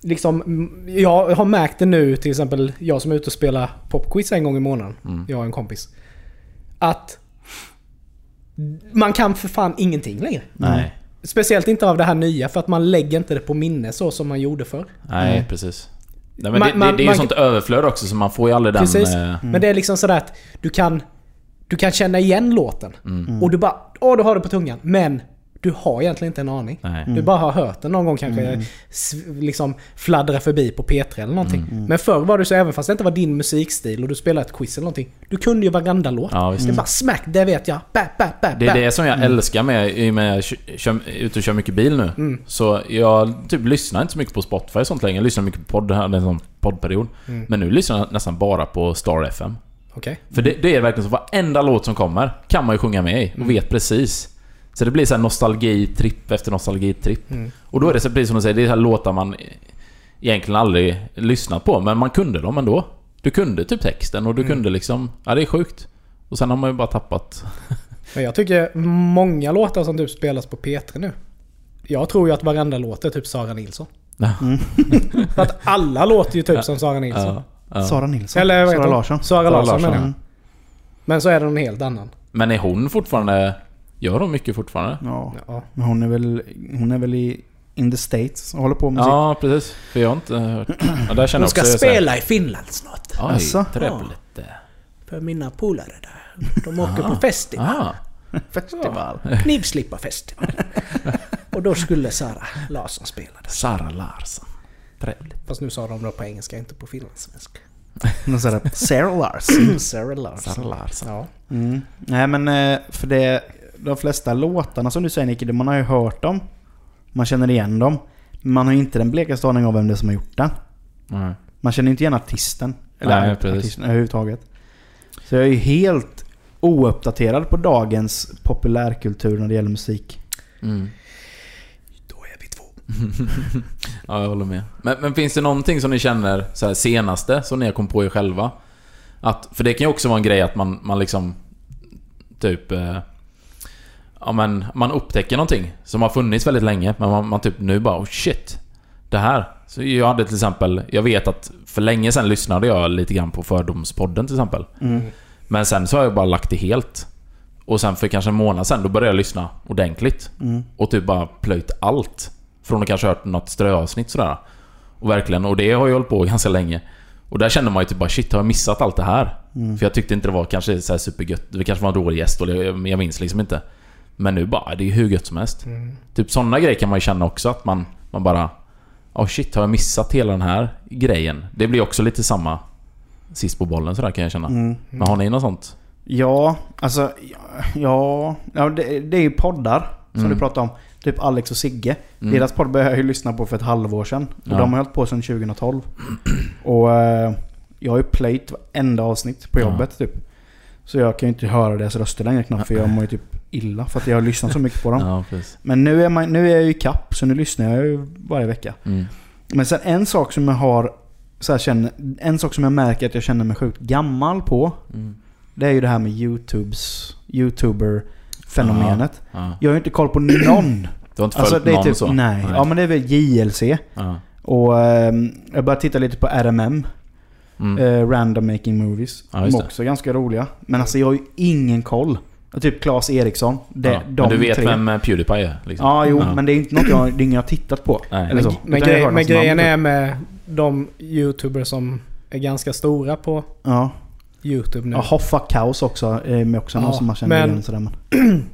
S2: Liksom, mm, jag har märkt det nu, till exempel jag som är ute och spelar popquiz en gång i månaden. Jag och en kompis. Att... Man kan för fan ingenting längre.
S1: Nej.
S2: Speciellt inte av det här nya, för att man lägger inte det på minne så som man gjorde förr.
S1: Nej, precis. Nej, men
S2: Man-
S1: det, det,
S2: man-
S1: det är ju
S2: man-
S1: sånt överflöd också så man får ju aldrig den...
S2: Precis.
S1: eh,
S2: Men det är liksom sådär att
S1: Mm.
S2: du kan, du kan känna igen låten. Och du bara, åh du har det på tungan. Men Du har egentligen inte en aning.
S1: Nej.
S2: Du bara har hört den någon gång kanske s- liksom fladdra förbi på P3 eller någonting.
S1: Mm.
S2: Men förr var det så, även fast det inte var din musikstil och du spelade ett quiz eller någonting. Du kunde ju varenda låt.
S1: Ja, visst.
S2: det bara smack, det vet jag. Bä, bä, bä,
S1: Det är
S2: bä.
S1: det som jag älskar med, i och med att jag kö- kör, är ute och kör mycket bil nu. Så jag typ lyssnar inte så mycket på Spotify och sånt längre. Jag lyssnar mycket på podd, jag hade en sån poddperiod. Men nu lyssnar jag nästan bara på Star FM.
S2: Okej.
S1: För det, det är verkligen så, varenda låt som kommer kan man ju sjunga med i och vet precis. Så det blir så här nostalgitripp efter nostalgitripp. Och då är det så precis som du säger, det är så här låtar man egentligen aldrig lyssnat på, men man kunde dem ändå. Du kunde typ texten och du kunde liksom... Ja, det är sjukt. Och sen har man ju bara tappat...
S2: Men jag tycker många låtar som typ spelas på P3 nu. Jag tror ju att varenda låt är typ Sara Nilsson.
S1: Ja.
S2: För att alla låter ju typ som Sara Nilsson.
S1: Ja, ja.
S3: Sara Nilsson.
S2: Eller vad heter
S3: Sara
S2: hon?
S3: Larsson.
S2: Sara Larsson menar jag.
S3: Mm.
S2: Men så är det någon helt annan.
S1: Men är hon fortfarande... Gör hon mycket fortfarande?
S3: Ja.
S2: Ja.
S3: Men hon är väl, hon är väl i, in the States och håller på med musik.
S1: Ja, precis. För jag har inte hört... Ja, där känner
S2: Hon
S1: jag
S2: ska
S1: också, jag säger-
S2: spela i Finland snart.
S1: Oj,
S3: Asså?
S1: trevligt.
S2: För mina polare där. De åker på festival.
S1: Ah,
S3: Festival.
S2: Knivslipparfestival. Och då skulle Sara Larsson spela där.
S1: Sara Larsson. Trevligt.
S2: Fast nu sa de det på engelska, inte på finlandssvenska.
S3: Någon sån där Sarah Larsson.
S2: Sara Larsson.
S1: Sara Larsson.
S2: Ja.
S3: Mm. Nej men eh, för det, de flesta låtarna som du säger Nicke, det- man har ju hört dem. Man känner igen dem. Men man har ju inte den blekaste aning om vem det är som har gjort den.
S1: Mm.
S3: Man känner ju inte igen artisten. Eller
S1: Nej, precis.
S3: artisten överhuvudtaget. Så jag är ju helt ouppdaterad på dagens populärkultur när det gäller musik.
S1: Mm.
S2: Då är vi två.
S1: Ja, jag håller med. Men, men finns det någonting som ni känner, så här senaste, som ni har kommit på er själva? Att, för det kan ju också vara en grej att man, man liksom... Typ... Eh, ja, men man upptäcker någonting som har funnits väldigt länge, men man, man typ nu bara oh shit. Det här. Så jag hade till exempel, jag vet att för länge sedan lyssnade jag lite grann på Fördomspodden till exempel. Men sen så har jag bara lagt det helt. Och sen för kanske en månad sen, då började jag lyssna ordentligt. Och typ bara plöjt allt. Från att kanske ha hört något ströavsnitt sådär. Och verkligen, och det har jag hållit på ganska länge. Och där kände man ju typ bara shit, har jag missat allt det här? För jag tyckte inte det var kanske så här supergött. Det kanske var en dålig gäst, och jag, jag minns liksom inte. Men nu bara, det är ju hur gött som helst.
S2: Mm.
S1: Typ sådana grejer kan man ju känna också, att man, man bara... Oh shit, har jag missat hela den här grejen? Det blir också lite samma sist på bollen sådär kan jag känna.
S3: Mm.
S1: Men har ni något sånt?
S3: Ja, alltså... Ja, ja det, det är ju poddar som du pratar om. Typ Alex och Sigge. Deras podd började jag ju lyssna på för ett halvår sedan. Och
S1: Ja.
S3: de har hållit på sedan 2012. och eh, jag har ju plöjt varenda avsnitt på
S1: Ja.
S3: jobbet typ. Så jag kan ju inte höra deras röster längre knappt för jag mår ju typ illa för att jag har lyssnat så mycket på dem.
S1: Ja, precis.
S3: Men nu är, man, nu är jag ju i kapp så nu lyssnar jag ju varje vecka.
S1: Mm.
S3: Men sen en sak som jag har... Så här känner, en sak som jag märker att jag känner mig sjukt gammal på.
S1: Mm.
S3: Det är ju det här med YouTubes, YouTuber-fenomenet.
S1: Ja.
S3: Jag har ju inte koll på någon.
S1: Du har inte följt
S3: alltså det är
S1: någon
S3: typ,
S1: så?
S3: nej. Ja men det är väl JLC.
S1: Ja.
S3: Och ehm, jag började titta lite på RMM.
S1: Mm.
S3: Eh, Random Making Movies.
S1: Ja,
S3: de
S1: just
S3: är
S1: det.
S3: också ganska roliga. Men alltså jag har ju ingen koll. Och typ Claes Eriksson. Det,
S1: ja.
S3: de
S1: Men du vet
S3: tre.
S1: vem eh, Pewdiepie är? Liksom.
S3: Ja, jo,
S1: Ja.
S3: men det är inte något jag, det är ingen jag har tittat på.
S1: Nej.
S3: Eller så. Utan
S2: Men,
S3: jag hör
S2: grej,
S3: någons
S2: men grejen
S3: namn,
S2: är med de YouTubers som är ganska stora på
S3: typ. Ja.
S2: YouTube nu.
S3: Ja, Hoffa Kaos också. Är med också någon
S2: Ja,
S3: som man känner
S2: men-
S3: igen sådär. Men,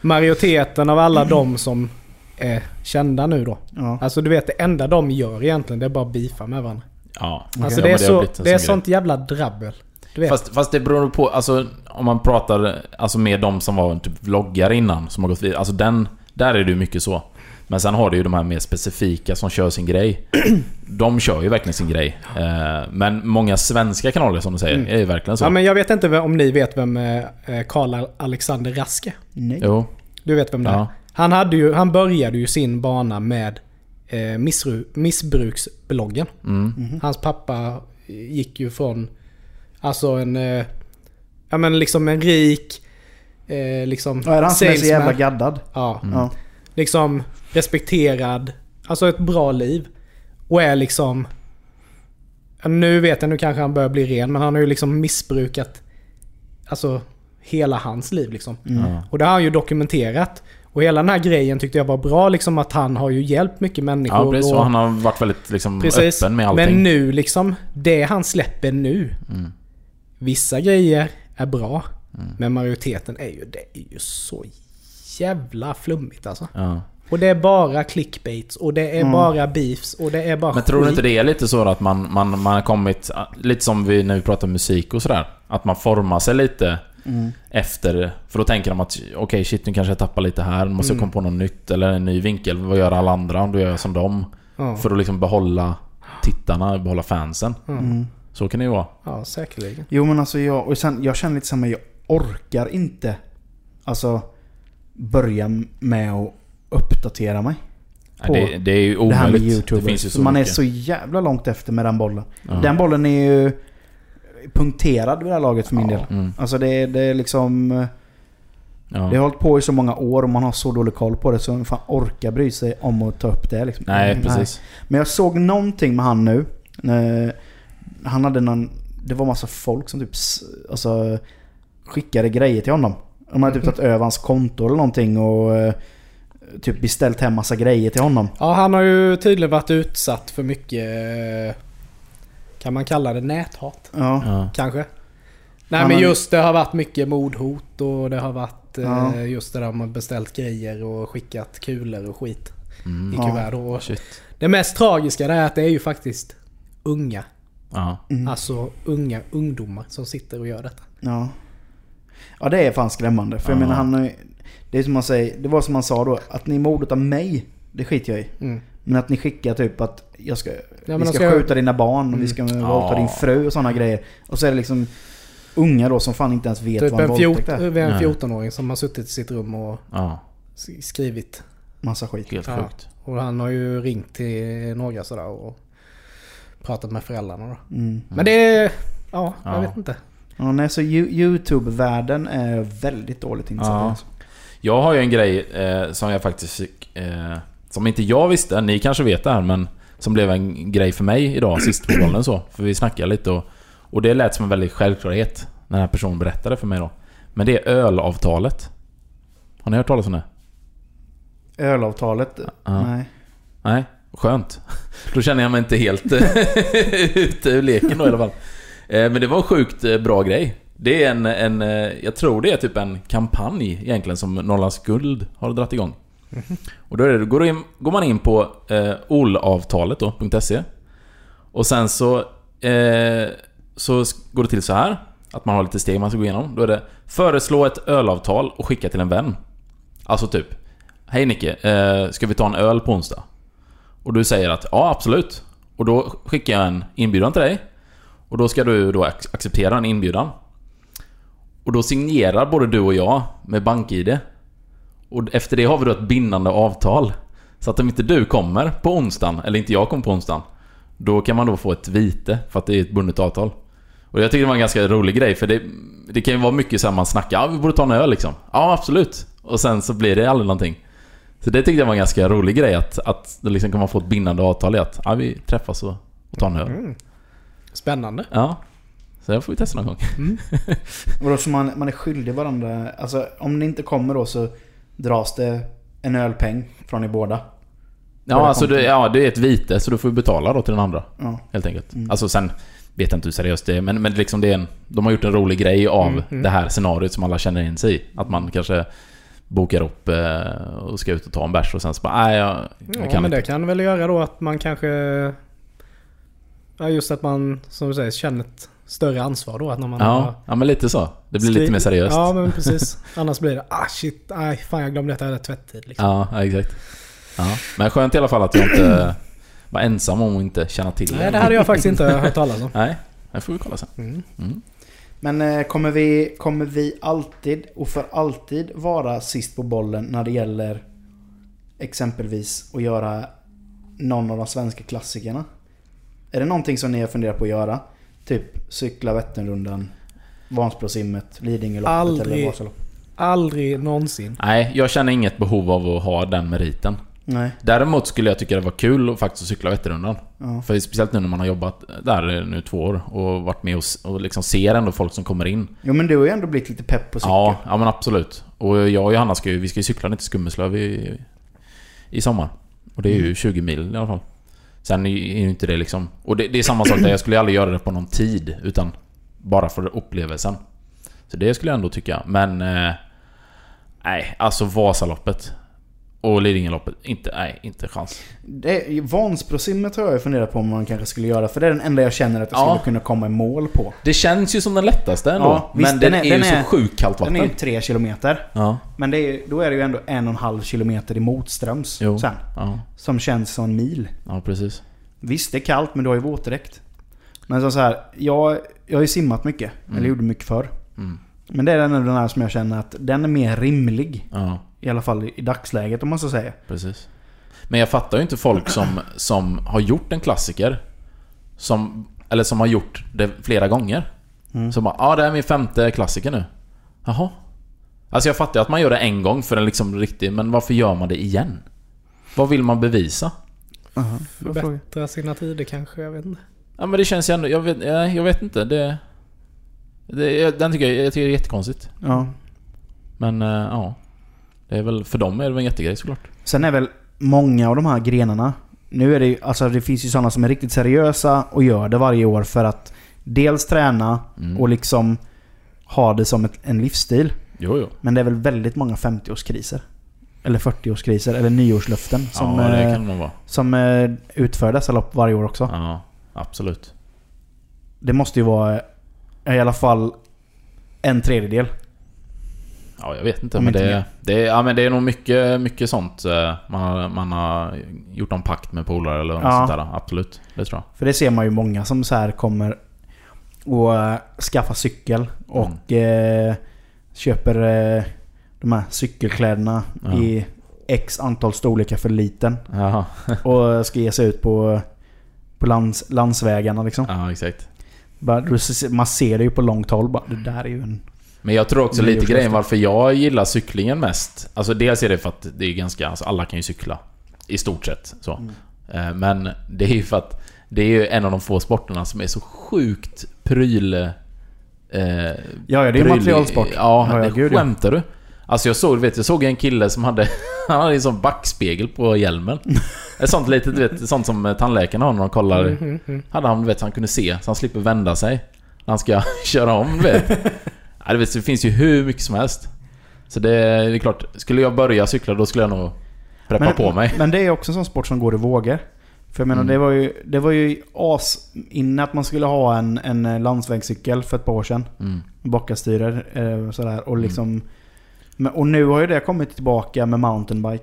S2: Majoriteten av alla de som är kända nu då.
S3: ja.
S2: Alltså du vet, det enda de gör egentligen det är bara att beefa med varandra.
S1: Ja.
S2: Alltså
S1: Ja,
S2: det är,
S1: men har
S2: så,
S1: blivit en
S2: det är
S1: sån grej.
S2: sånt jävla drabbel. Du vet.
S1: Fast, fast det beror på, alltså om man pratar alltså, med de som var typ vloggare innan, som har gått vidare. Alltså den, där är det ju mycket så. Men sen har du ju de här mer specifika som kör sin grej. De kör ju verkligen sin grej. Eh, Men många svenska kanaler som du säger, är ju verkligen så.
S2: Mm. ja, men jag vet inte vem- om ni vet vem eh, eh, Karl Alexander Raske
S3: Nej.
S1: Jo.
S2: Du vet vem det är?
S1: Ja.
S2: Han, hade ju, han började ju sin bana med eh, missru, missbruksbloggen.
S1: Mm.
S3: Mhm.
S2: Hans pappa gick ju från alltså en, eh, ja men liksom en rik, eh, liksom
S3: Ja, är det han som är så
S2: salesman.
S3: jävla Mm. gaddad?
S2: Ja,
S1: Mm.
S3: Ja.
S2: liksom respekterad, alltså ett bra liv. Och är liksom, ja, nu vet jag, nu kanske han börjar bli ren, men han har ju liksom missbrukat, alltså hela hans liv liksom.
S1: Ja.
S2: Och det har han ju dokumenterat. Och hela den här grejen tyckte jag var bra, liksom att han har ju hjälpt mycket människor.
S1: Ja, precis.
S2: och-
S1: Och han har varit väldigt liksom,
S2: Precis.
S1: öppen med allting. Mm.
S2: Men nu liksom, det han släpper nu. Vissa grejer är bra. Men majoriteten är ju, det är ju så jävla flummigt alltså.
S1: Ja.
S2: Och det är bara clickbaits och det
S3: Mm.
S2: är bara beefs och det är bara
S1: Men tror du
S2: skit.
S1: inte det är lite så att man, man, man har kommit... Lite som vi, när vi pratar musik och sådär. Att man formar sig lite
S3: Mm.
S1: efter... För då tänker de att okej shit nu kanske jag tappar lite här. Nu måste jag
S3: Mm.
S1: komma på något nytt eller en ny vinkel. Vad gör alla andra? Om då gör jag som dem.
S2: Ja.
S1: För att liksom behålla tittarna, behålla fansen.
S3: Mm.
S1: Så kan det ju vara.
S2: Ja, säkerligen.
S3: Jo men alltså jag, och sen, jag känner lite samma, jag orkar inte alltså börja med att uppdatera mig.
S1: Nej, det, det är ju
S3: det här med
S1: omöjligt. Det,
S3: youtubers.
S1: finns ju så
S3: man
S1: mycket.
S3: är så jävla långt efter med den bollen. Den bollen är ju punkterad vid det här laget för min del.
S1: Mm.
S3: Alltså det, det är liksom...
S1: Ja.
S3: Det har hållit på i så många år och man har så dålig koll på det så man fan orkar bry sig om att ta upp det liksom.
S1: Nej, precis.
S3: Men jag såg någonting med han nu. Eh, Han hade någon... Det var massa folk som typ s- alltså, skickade grejer till honom. De hade typ tagit över hans konto eller någonting och eh, typ beställt hem massa grejer till honom.
S2: Ja, han har ju tydligen varit utsatt för mycket... eh, Kan man kalla det näthat?
S3: Ja.
S1: Ja.
S2: Kanske? Nej
S3: Han
S2: men
S3: har-
S2: just det har varit mycket mordhot och det har varit eh,
S3: Ja.
S2: just det där man beställt grejer och skickat kulor och skit i
S1: Mm.
S3: Ja.
S2: kuvert. Och
S1: Shit.
S2: det mest tragiska det är att det är ju faktiskt unga.
S1: Ja.
S3: Mm.
S2: Alltså unga ungdomar som sitter och gör detta.
S3: Ja. Ja det är fan skrämmande. För jag
S1: Ja.
S3: menar han... har ju- Det är som man säger, det var som man sa då. Att ni mordet av mig, det skiter jag i.
S2: Mm.
S3: Men att ni skickar typ att jag ska,
S2: men
S3: vi
S2: de
S3: ska,
S2: ska-
S3: skjuta dina barn och vi ska våldta din fru och sådana grejer. Och så är det liksom unga då som fan inte ens vet
S2: Typ
S3: vad en
S2: en,
S3: våldtäkt är.
S2: 14, en
S1: Nej.
S2: 14-åring som har suttit i sitt rum och
S1: ja.
S2: s- skrivit.
S3: Massa skit.
S1: Helt
S2: Ja.
S1: sjukt.
S2: Och han har ju ringt till några sådär och pratat med föräldrarna då.
S3: Mm.
S2: Men det är... Ja, jag
S1: Ja.
S2: vet inte.
S3: Ja, nej, så Yo- Youtube-världen är väldigt dåligt insatt.
S1: Ja.
S3: Alltså.
S1: Jag har ju en grej eh, som jag faktiskt... Eh, som inte jag visste, ni kanske vet det här men... Som blev en grej för mig idag, sist på bollen så. För vi snackade lite och... Och det lät som en väldig självklarhet. När den här personen berättade för mig då. Men det är ölavtalet. Har ni hört talas om det?
S3: Ölavtalet?
S1: Ja.
S3: Nej.
S1: Nej, skönt. Då känner jag mig inte helt eh, ute ur leken då i alla fall. Eh, Men det var en sjukt eh, bra grej. Det är en, en, eh, jag tror det är typ en kampanj egentligen som Norrlands Guld har dragit igång. Och då är det, då går, du in, går man in på eh, olavtalet då, .se. Och sen så, eh, så sk- går det till så här. Att man har lite steg man ska gå igenom. Då är det Föreslå ett ölavtal och skicka till en vän. Alltså typ Hej Nicke, eh, ska vi ta en öl på onsdag? Och du säger att ja, absolut. Och då skickar jag en inbjudan till dig. Och då ska du då ac- acceptera en inbjudan. Och då signerar både du och jag med BankID. Och efter det har vi då ett bindande avtal. Så att om inte du kommer på onsdagen, eller inte jag kommer på onsdagen. Då kan man då få ett vite, för att det är ett bundet avtal. Och jag tycker det var en ganska rolig grej, för det, det kan ju vara mycket så här man snackar, ja vi borde ta en öl liksom. Ja, absolut. Och sen så blir det aldrig någonting. Så det tyckte jag var en ganska rolig grej att, att det liksom kan man få ett bindande avtal i att ja, vi träffas och, och tar en
S2: Mm.
S1: öl.
S2: Spännande.
S1: Ja. Så det får vi testa någon gång.
S3: Vadå, så man, man är skyldig varandra? Alltså om ni inte kommer då så dras det en ölpeng från er båda.
S1: Ja, alltså det, ja, det är ett vite så du får ju betala då till den andra.
S3: Ja.
S1: Helt enkelt.
S2: Mm.
S1: Alltså sen vet jag inte hur seriöst det är men, men liksom det är en, de har gjort en rolig grej av
S2: Mm,
S1: det här scenariot som alla känner in sig i. Att man kanske bokar upp eh, och ska ut och ta en bärs och sen så bara nej jag, jag
S2: Ja,
S1: kan
S2: men
S1: inte.
S2: det kan väl göra då att man kanske... Ja, just att man, som du säger, känner ett större ansvar då. Att när man har
S1: Ja, ja men lite så. Det blir
S2: skrivit-
S1: lite mer seriöst.
S2: Ja, men precis. Annars blir det ah shit, nej fan jag glömde att jag hade tvättid. Liksom.
S1: Ja, ja, exakt. Ja. Men skönt i alla fall att jag inte var ensam om att inte känna till
S2: Nej, det hade jag faktiskt inte hört talas om.
S1: Nej, det får vi kolla sen.
S3: Men eh, kommer vi, kommer vi alltid och för alltid vara sist på bollen när det gäller exempelvis att göra någon av de svenska klassikerna? Är det någonting som ni har funderat på att göra? Typ cykla Vätternrundan, Vansbrosimmet, Lidingöloppet
S2: Aldrig.
S3: eller Vasaloppet?
S2: Aldrig någonsin.
S1: Nej, jag känner inget behov av att ha den meriten.
S3: Nej.
S1: Däremot skulle jag tycka det var kul att faktiskt cykla Vätternrundan.
S3: Ja.
S1: För speciellt nu när man har jobbat där nu två år och varit med och, s- och liksom ser ändå folk som kommer in.
S3: Jo men du har ju ändå blivit lite pepp på cykel.
S1: Ja, ja men absolut. Och jag och Johanna ska ju, vi ska ju cykla ner till Skummeslöv i, i sommar. Och det är ju 20 mil i alla fall. Sen är ju inte det liksom... Och det, det är samma sak där, jag skulle ju aldrig göra det på någon tid. Utan bara för upplevelsen. Så det skulle jag ändå tycka. Men... Eh, Nej, alltså Vasaloppet. Och Lidingöloppet. Inte, nej, inte chans.
S3: Det, Vansbrosimmet har jag ju funderat på om man kanske skulle göra, för det är den enda jag känner att jag
S1: Ja.
S3: skulle kunna komma i mål på.
S1: Det känns ju som den lättaste ändå.
S3: Ja,
S1: men
S3: visst,
S1: den,
S3: den är-
S1: är, ju
S3: den är-
S1: så sjukt kallt vatten.
S3: Den är ju 3 kilometer.
S1: Ja,
S3: Men det är, ju- då är det ju ändå en och en halv kilometer emot ströms
S1: jo.
S3: sen.
S1: Ja,
S3: Som känns som en mil.
S1: ja, precis.
S3: Visst, det är kallt men du har ju våtdräkt. Men som så här, jag, jag har ju simmat mycket. Eller gjorde mycket förr.
S1: Mm.
S3: Men det är den, den här som jag känner att den är mer rimlig.
S1: Ja,
S3: I alla fall i- i dagsläget om man så säger.
S1: precis. Men jag fattar ju inte folk som, som har gjort en klassiker. Som, eller som har gjort det flera gånger.
S3: Mm.
S1: Som bara, ja ah, det här är min femte klassiker nu. Jaha. Alltså jag fattar ju att man gör det en gång för en liksom riktig, men varför gör man det igen? Vad vill man bevisa?
S3: Bra fråga.
S2: Förbättra sina tider kanske, jag vet inte.
S1: Ja men det känns ju ändå, jag vet, jag, jag vet inte. Det, det, jag- den tycker jag, jag tycker det är jättekonstigt.
S3: Ja.
S1: Men eh, ja. Det är väl, för dem är det väl en jättegrej såklart.
S3: Sen är väl många av de här grenarna. Nu är det ju, alltså det finns ju sådana som är riktigt seriösa och gör det varje år för att dels träna
S1: Mm.
S3: och liksom ha det som ett, en livsstil.
S1: Jo, jo.
S3: Men det är väl väldigt många 50-årskriser. Eller 40-årskriser, eller nyårslöften som,
S1: ja, det
S3: eh,
S1: kan det nog vara.
S3: som eh, utför dessa lopp varje år också.
S1: Ja, absolut.
S3: Det måste ju vara eh, i alla fall en tredjedel.
S1: Ja, jag vet inte.
S3: Om
S1: Men
S3: inte
S1: det,
S3: mer.
S1: det, ja, men det är nog mycket, mycket sånt eh, man, har- man har gjort någon pakt med polare eller något
S3: Ja.
S1: sånt där. Absolut, det tror jag.
S3: För det ser man ju många som så här kommer och eh, skaffar cykel och
S1: Mm.
S3: eh, köper eh, de här cykelkläderna
S1: Ja.
S3: i x antal storlekar för liten.
S1: Jaha.
S3: Och ska ge sig ut på, på lands, landsvägarna liksom.
S1: Ja, exakt.
S3: Bara, du se- man ser det ju på långt håll bara. Det där är ju en...
S1: Men jag tror också
S3: Men det
S1: lite
S3: görs
S1: grejen
S3: ofta.
S1: varför jag gillar cyklingen mest. Alltså dels är det för att det är ganska, alltså alla kan ju cykla. I stort sett så.
S3: Mm.
S1: Eh, Men det är ju för att det är ju en av de få sporterna som är så sjukt pryl... Eh,
S3: Ja, ja det är ju
S1: pryl-
S3: materialsport.
S1: Ja,
S3: ja,
S1: det
S3: gud, ja.
S1: skämtar du? Alltså jag såg, vet, jag såg en kille som hade... Han hade en sån backspegel på hjälmen. Ett sånt litet, du vet, sånt som tandläkarna har när de kollar.
S3: Mm,
S1: Hade han, du vet, så han kunde se, så han slipper vända sig. När han ska köra om, du vet. Ja, du vet, så det finns ju hur mycket som helst. Så det, det är klart, skulle jag börja cykla då skulle jag nog preppa
S3: men,
S1: på mig.
S3: Men det är också en sån sport som går i vågor. För jag menar,
S1: Mm.
S3: det var ju, det var ju as inne att man skulle ha en, en landsvägscykel för ett par år sedan.
S1: Mm.
S3: Bockastyrer eh, sådär. Och, liksom, men, och nu har ju det kommit tillbaka med mountainbike.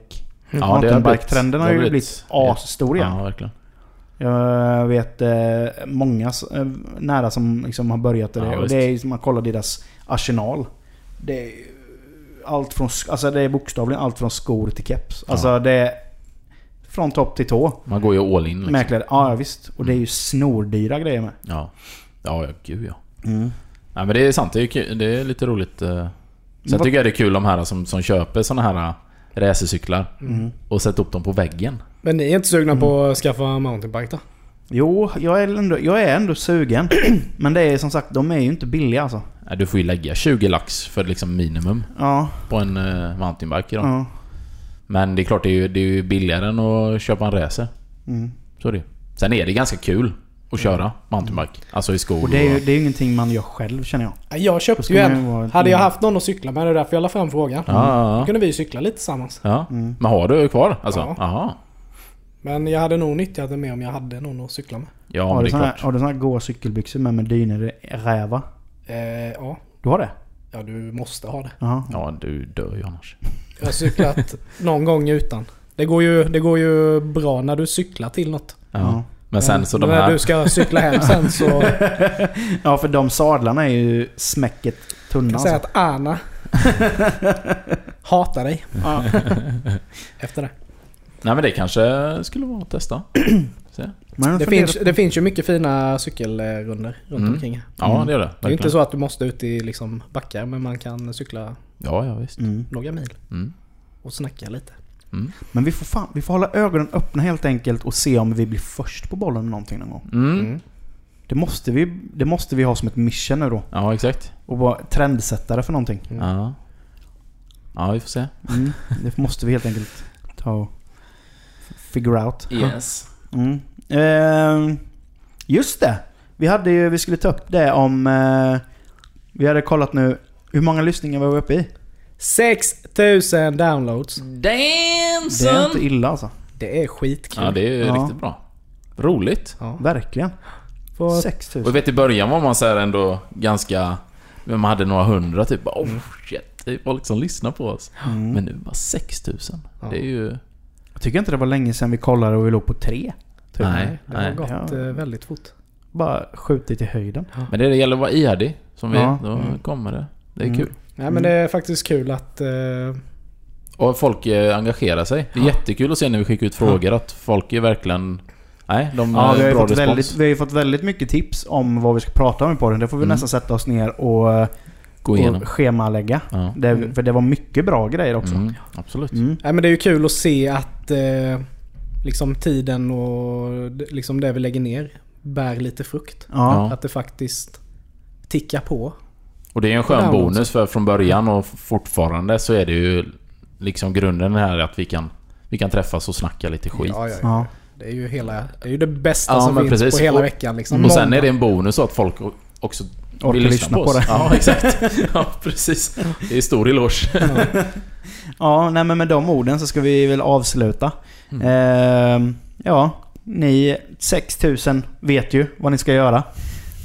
S1: det har
S3: Mountainbike-trenden har,
S1: blivit-
S3: ju
S1: det
S3: blivit asstor igen.
S1: Mm. Ja, verkligen.
S3: Jag vet eh, många s- eh, nära som liksom har börjat det.
S1: Ja,
S3: och
S1: visst.
S3: det är, ju som man kollar deras arsenal. Det är ju allt från, sk- alltså det är bokstavligen allt från skor till keps. Alltså det är från topp till tå.
S1: Man går ju all in liksom. Mm.
S3: Med kläder. Ja, ja, visst. Och det är ju snordyra grejer med.
S1: Ja. Ja, ja, gud ja. Mm. Nej men det är sant, det är, kul, det är lite roligt. eh. Sen
S3: vad-
S1: tycker jag det är kul de här som, som köper såna här eh, racercyklar
S3: Mm.
S1: och sätter upp dem på väggen.
S2: Men ni är inte sugna på
S1: Mm.
S2: att skaffa mountainbike då?
S3: Jo, jag är ändå, jag är ändå sugen. Men det är som sagt, de är ju inte billiga alltså.
S1: Eh, Du får ju lägga 20 lax för liksom minimum
S3: Ja,
S1: på en eh, mountainbike idag.
S3: ja.
S1: Men det är klart, det är, ju, det är ju billigare än att köpa en racer.
S3: Mm.
S1: Så är det ju. Sen är det ganska kul att köra mountainbike. Alltså i skog
S3: Mm. Och det är ju det är ju ingenting man gör själv känner jag.
S2: Ja, Jag köpte
S3: ska
S2: ju
S3: man
S2: en.
S3: ju vara-
S2: Hade jag haft någon att cykla med, det är därför jag la fram frågan.
S1: Mm. Ja,
S2: Då
S1: ja, ja.
S2: kunde vi ju cykla lite tillsammans.
S1: ja.
S3: Mm.
S1: Men har du kvar? Alltså,
S2: Ja.
S1: Aha.
S2: Men jag hade nog nyttjat det mer om jag hade någon att cykla med.
S1: Ja,
S3: har,
S1: men det
S3: du
S1: är
S3: såna,
S1: klart.
S3: har du såna här goa cykelbyxor med med dynor i räva?
S2: Eh, ja.
S3: Du har det?
S2: ja, du måste ha det.
S3: Jaha.
S1: Ja, du dör ju annars.
S2: Jag har cyklat någon gång utan. Det går, ju, det går ju bra när du cyklar till något.
S1: Ja. Men sen så
S2: Men
S1: de
S2: när
S1: här...
S2: du ska cykla hem sen så... Jag
S3: Ja, för de sadlarna är ju smäcket tunna
S2: kan säga
S3: alltså.
S2: att Anna hatar dig
S3: alltså.
S2: efter det.
S1: Nej men det kanske skulle vara att testa. Se.
S3: Men jag
S2: Det
S3: funderar-
S2: finns, det finns ju mycket fina cykelrunder runt
S1: Mm.
S2: omkring. här.
S1: Ja det gör det.
S2: Det är ju inte
S1: verkligen.
S2: så att du måste ut i liksom backar men man kan cykla
S1: Ja, ja visst.
S3: Mm.
S2: några mil
S1: Mm.
S2: och snacka lite.
S3: Men vi får, fan, vi får hålla ögonen öppna helt enkelt och se om vi blir först på bollen med någonting någon gång.
S1: Mm.
S2: Mm.
S3: Det måste vi, det måste vi ha som ett mission nu då.
S1: Ja exakt.
S3: Och vara trendsättare för någonting.
S2: Mm.
S1: Ja. ja vi får se.
S3: Mm. Det måste vi helt enkelt ta och figure out.
S1: Yes.
S3: Mm. Ehm, just det! Vi, hade ju, vi skulle ta upp det om... eh, vi hade kollat nu hur många lyssningar var vi uppe i.
S2: 6000 downloads.
S1: Damn
S3: Det är inte illa alltså.
S2: Det är skitkul.
S1: Ja, det är ju
S3: Ja.
S1: riktigt bra. Roligt.
S2: Ja.
S3: Verkligen.
S2: Får-
S3: 6000.
S1: Och jag vet i början var man så här ändå ganska... Man hade några hundra typ. bara, Oh shit, det är folk som lyssnar på oss.
S3: Mm.
S1: Men nu bara 6000. Det är ju...
S3: Jag tycker inte det var länge sedan vi kollade och vi låg på tre. Typ.
S1: Nej,
S2: Det har
S1: nej.
S2: gått
S3: Ja.
S2: eh, väldigt fort.
S3: Bara skjutit i höjden.
S1: Men det gäller att vara ihärdig. Som vi
S3: Ja.
S1: Då kommer det. Det är
S3: Mm.
S1: kul.
S2: Nej men det är faktiskt kul att... eh,
S1: Och folk eh, engagerar sig. Det är jättekul att se när vi skickar ut frågor att folk är verkligen... Nej, de
S3: Ja,
S1: har
S3: vi, har ju
S1: bra
S3: fått
S1: respons.
S3: väldigt, vi har ju fått väldigt mycket tips om vad vi ska prata om i podden. Det får vi
S1: Mm.
S3: nästan sätta oss ner och,
S1: Gå igenom.
S3: och schemalägga.
S1: Ja.
S3: Det, för det var mycket bra grejer också.
S1: Mm, absolut.
S3: Mm.
S2: Nej men det är ju kul att se att eh, liksom tiden och d- liksom det vi lägger ner bär lite frukt.
S3: Ja.
S1: Ja.
S2: Att det faktiskt tickar på.
S1: Och det är ju en
S2: Downloads.
S1: skön bonus för från början och fortfarande så är det ju liksom grunden här att vi kan, vi kan träffas och snacka lite skit.
S3: ja.
S2: Det är ju, hela, det, är ju det bästa
S1: Ja,
S2: som
S1: men
S2: finns
S1: precis.
S2: på hela
S1: Och-
S2: veckan. Liksom.
S1: Och sen är det en bonus att folk o- också
S3: Orkar
S1: vill lyssna
S3: lyssna
S1: på,
S3: på
S1: oss.
S3: det.
S1: Ja, exakt. Ja, precis. Det är stor eloge.
S3: Ja, nej men med de orden så ska vi väl avsluta.
S1: Mm.
S3: Ehm, ja, ni 6000 vet ju vad ni ska göra.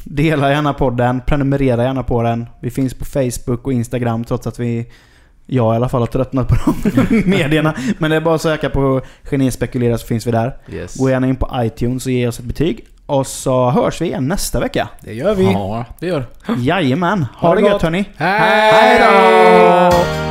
S3: Dela gärna podden, prenumerera gärna på den. Vi finns på Facebook och Instagram trots att vi, jag i alla fall har tröttnat på de medierna. Men det är bara att söka på Geni spekulerar så finns vi där.
S1: Yes.
S3: Gå gärna in på iTunes och ge oss ett betyg. Och så hörs vi igen nästa vecka.
S2: Det gör vi.
S1: Ja, det gör
S3: Jajamän, ha,
S2: Ha
S3: det
S2: det
S3: gött
S2: gott.
S3: hörni.
S2: Hej då!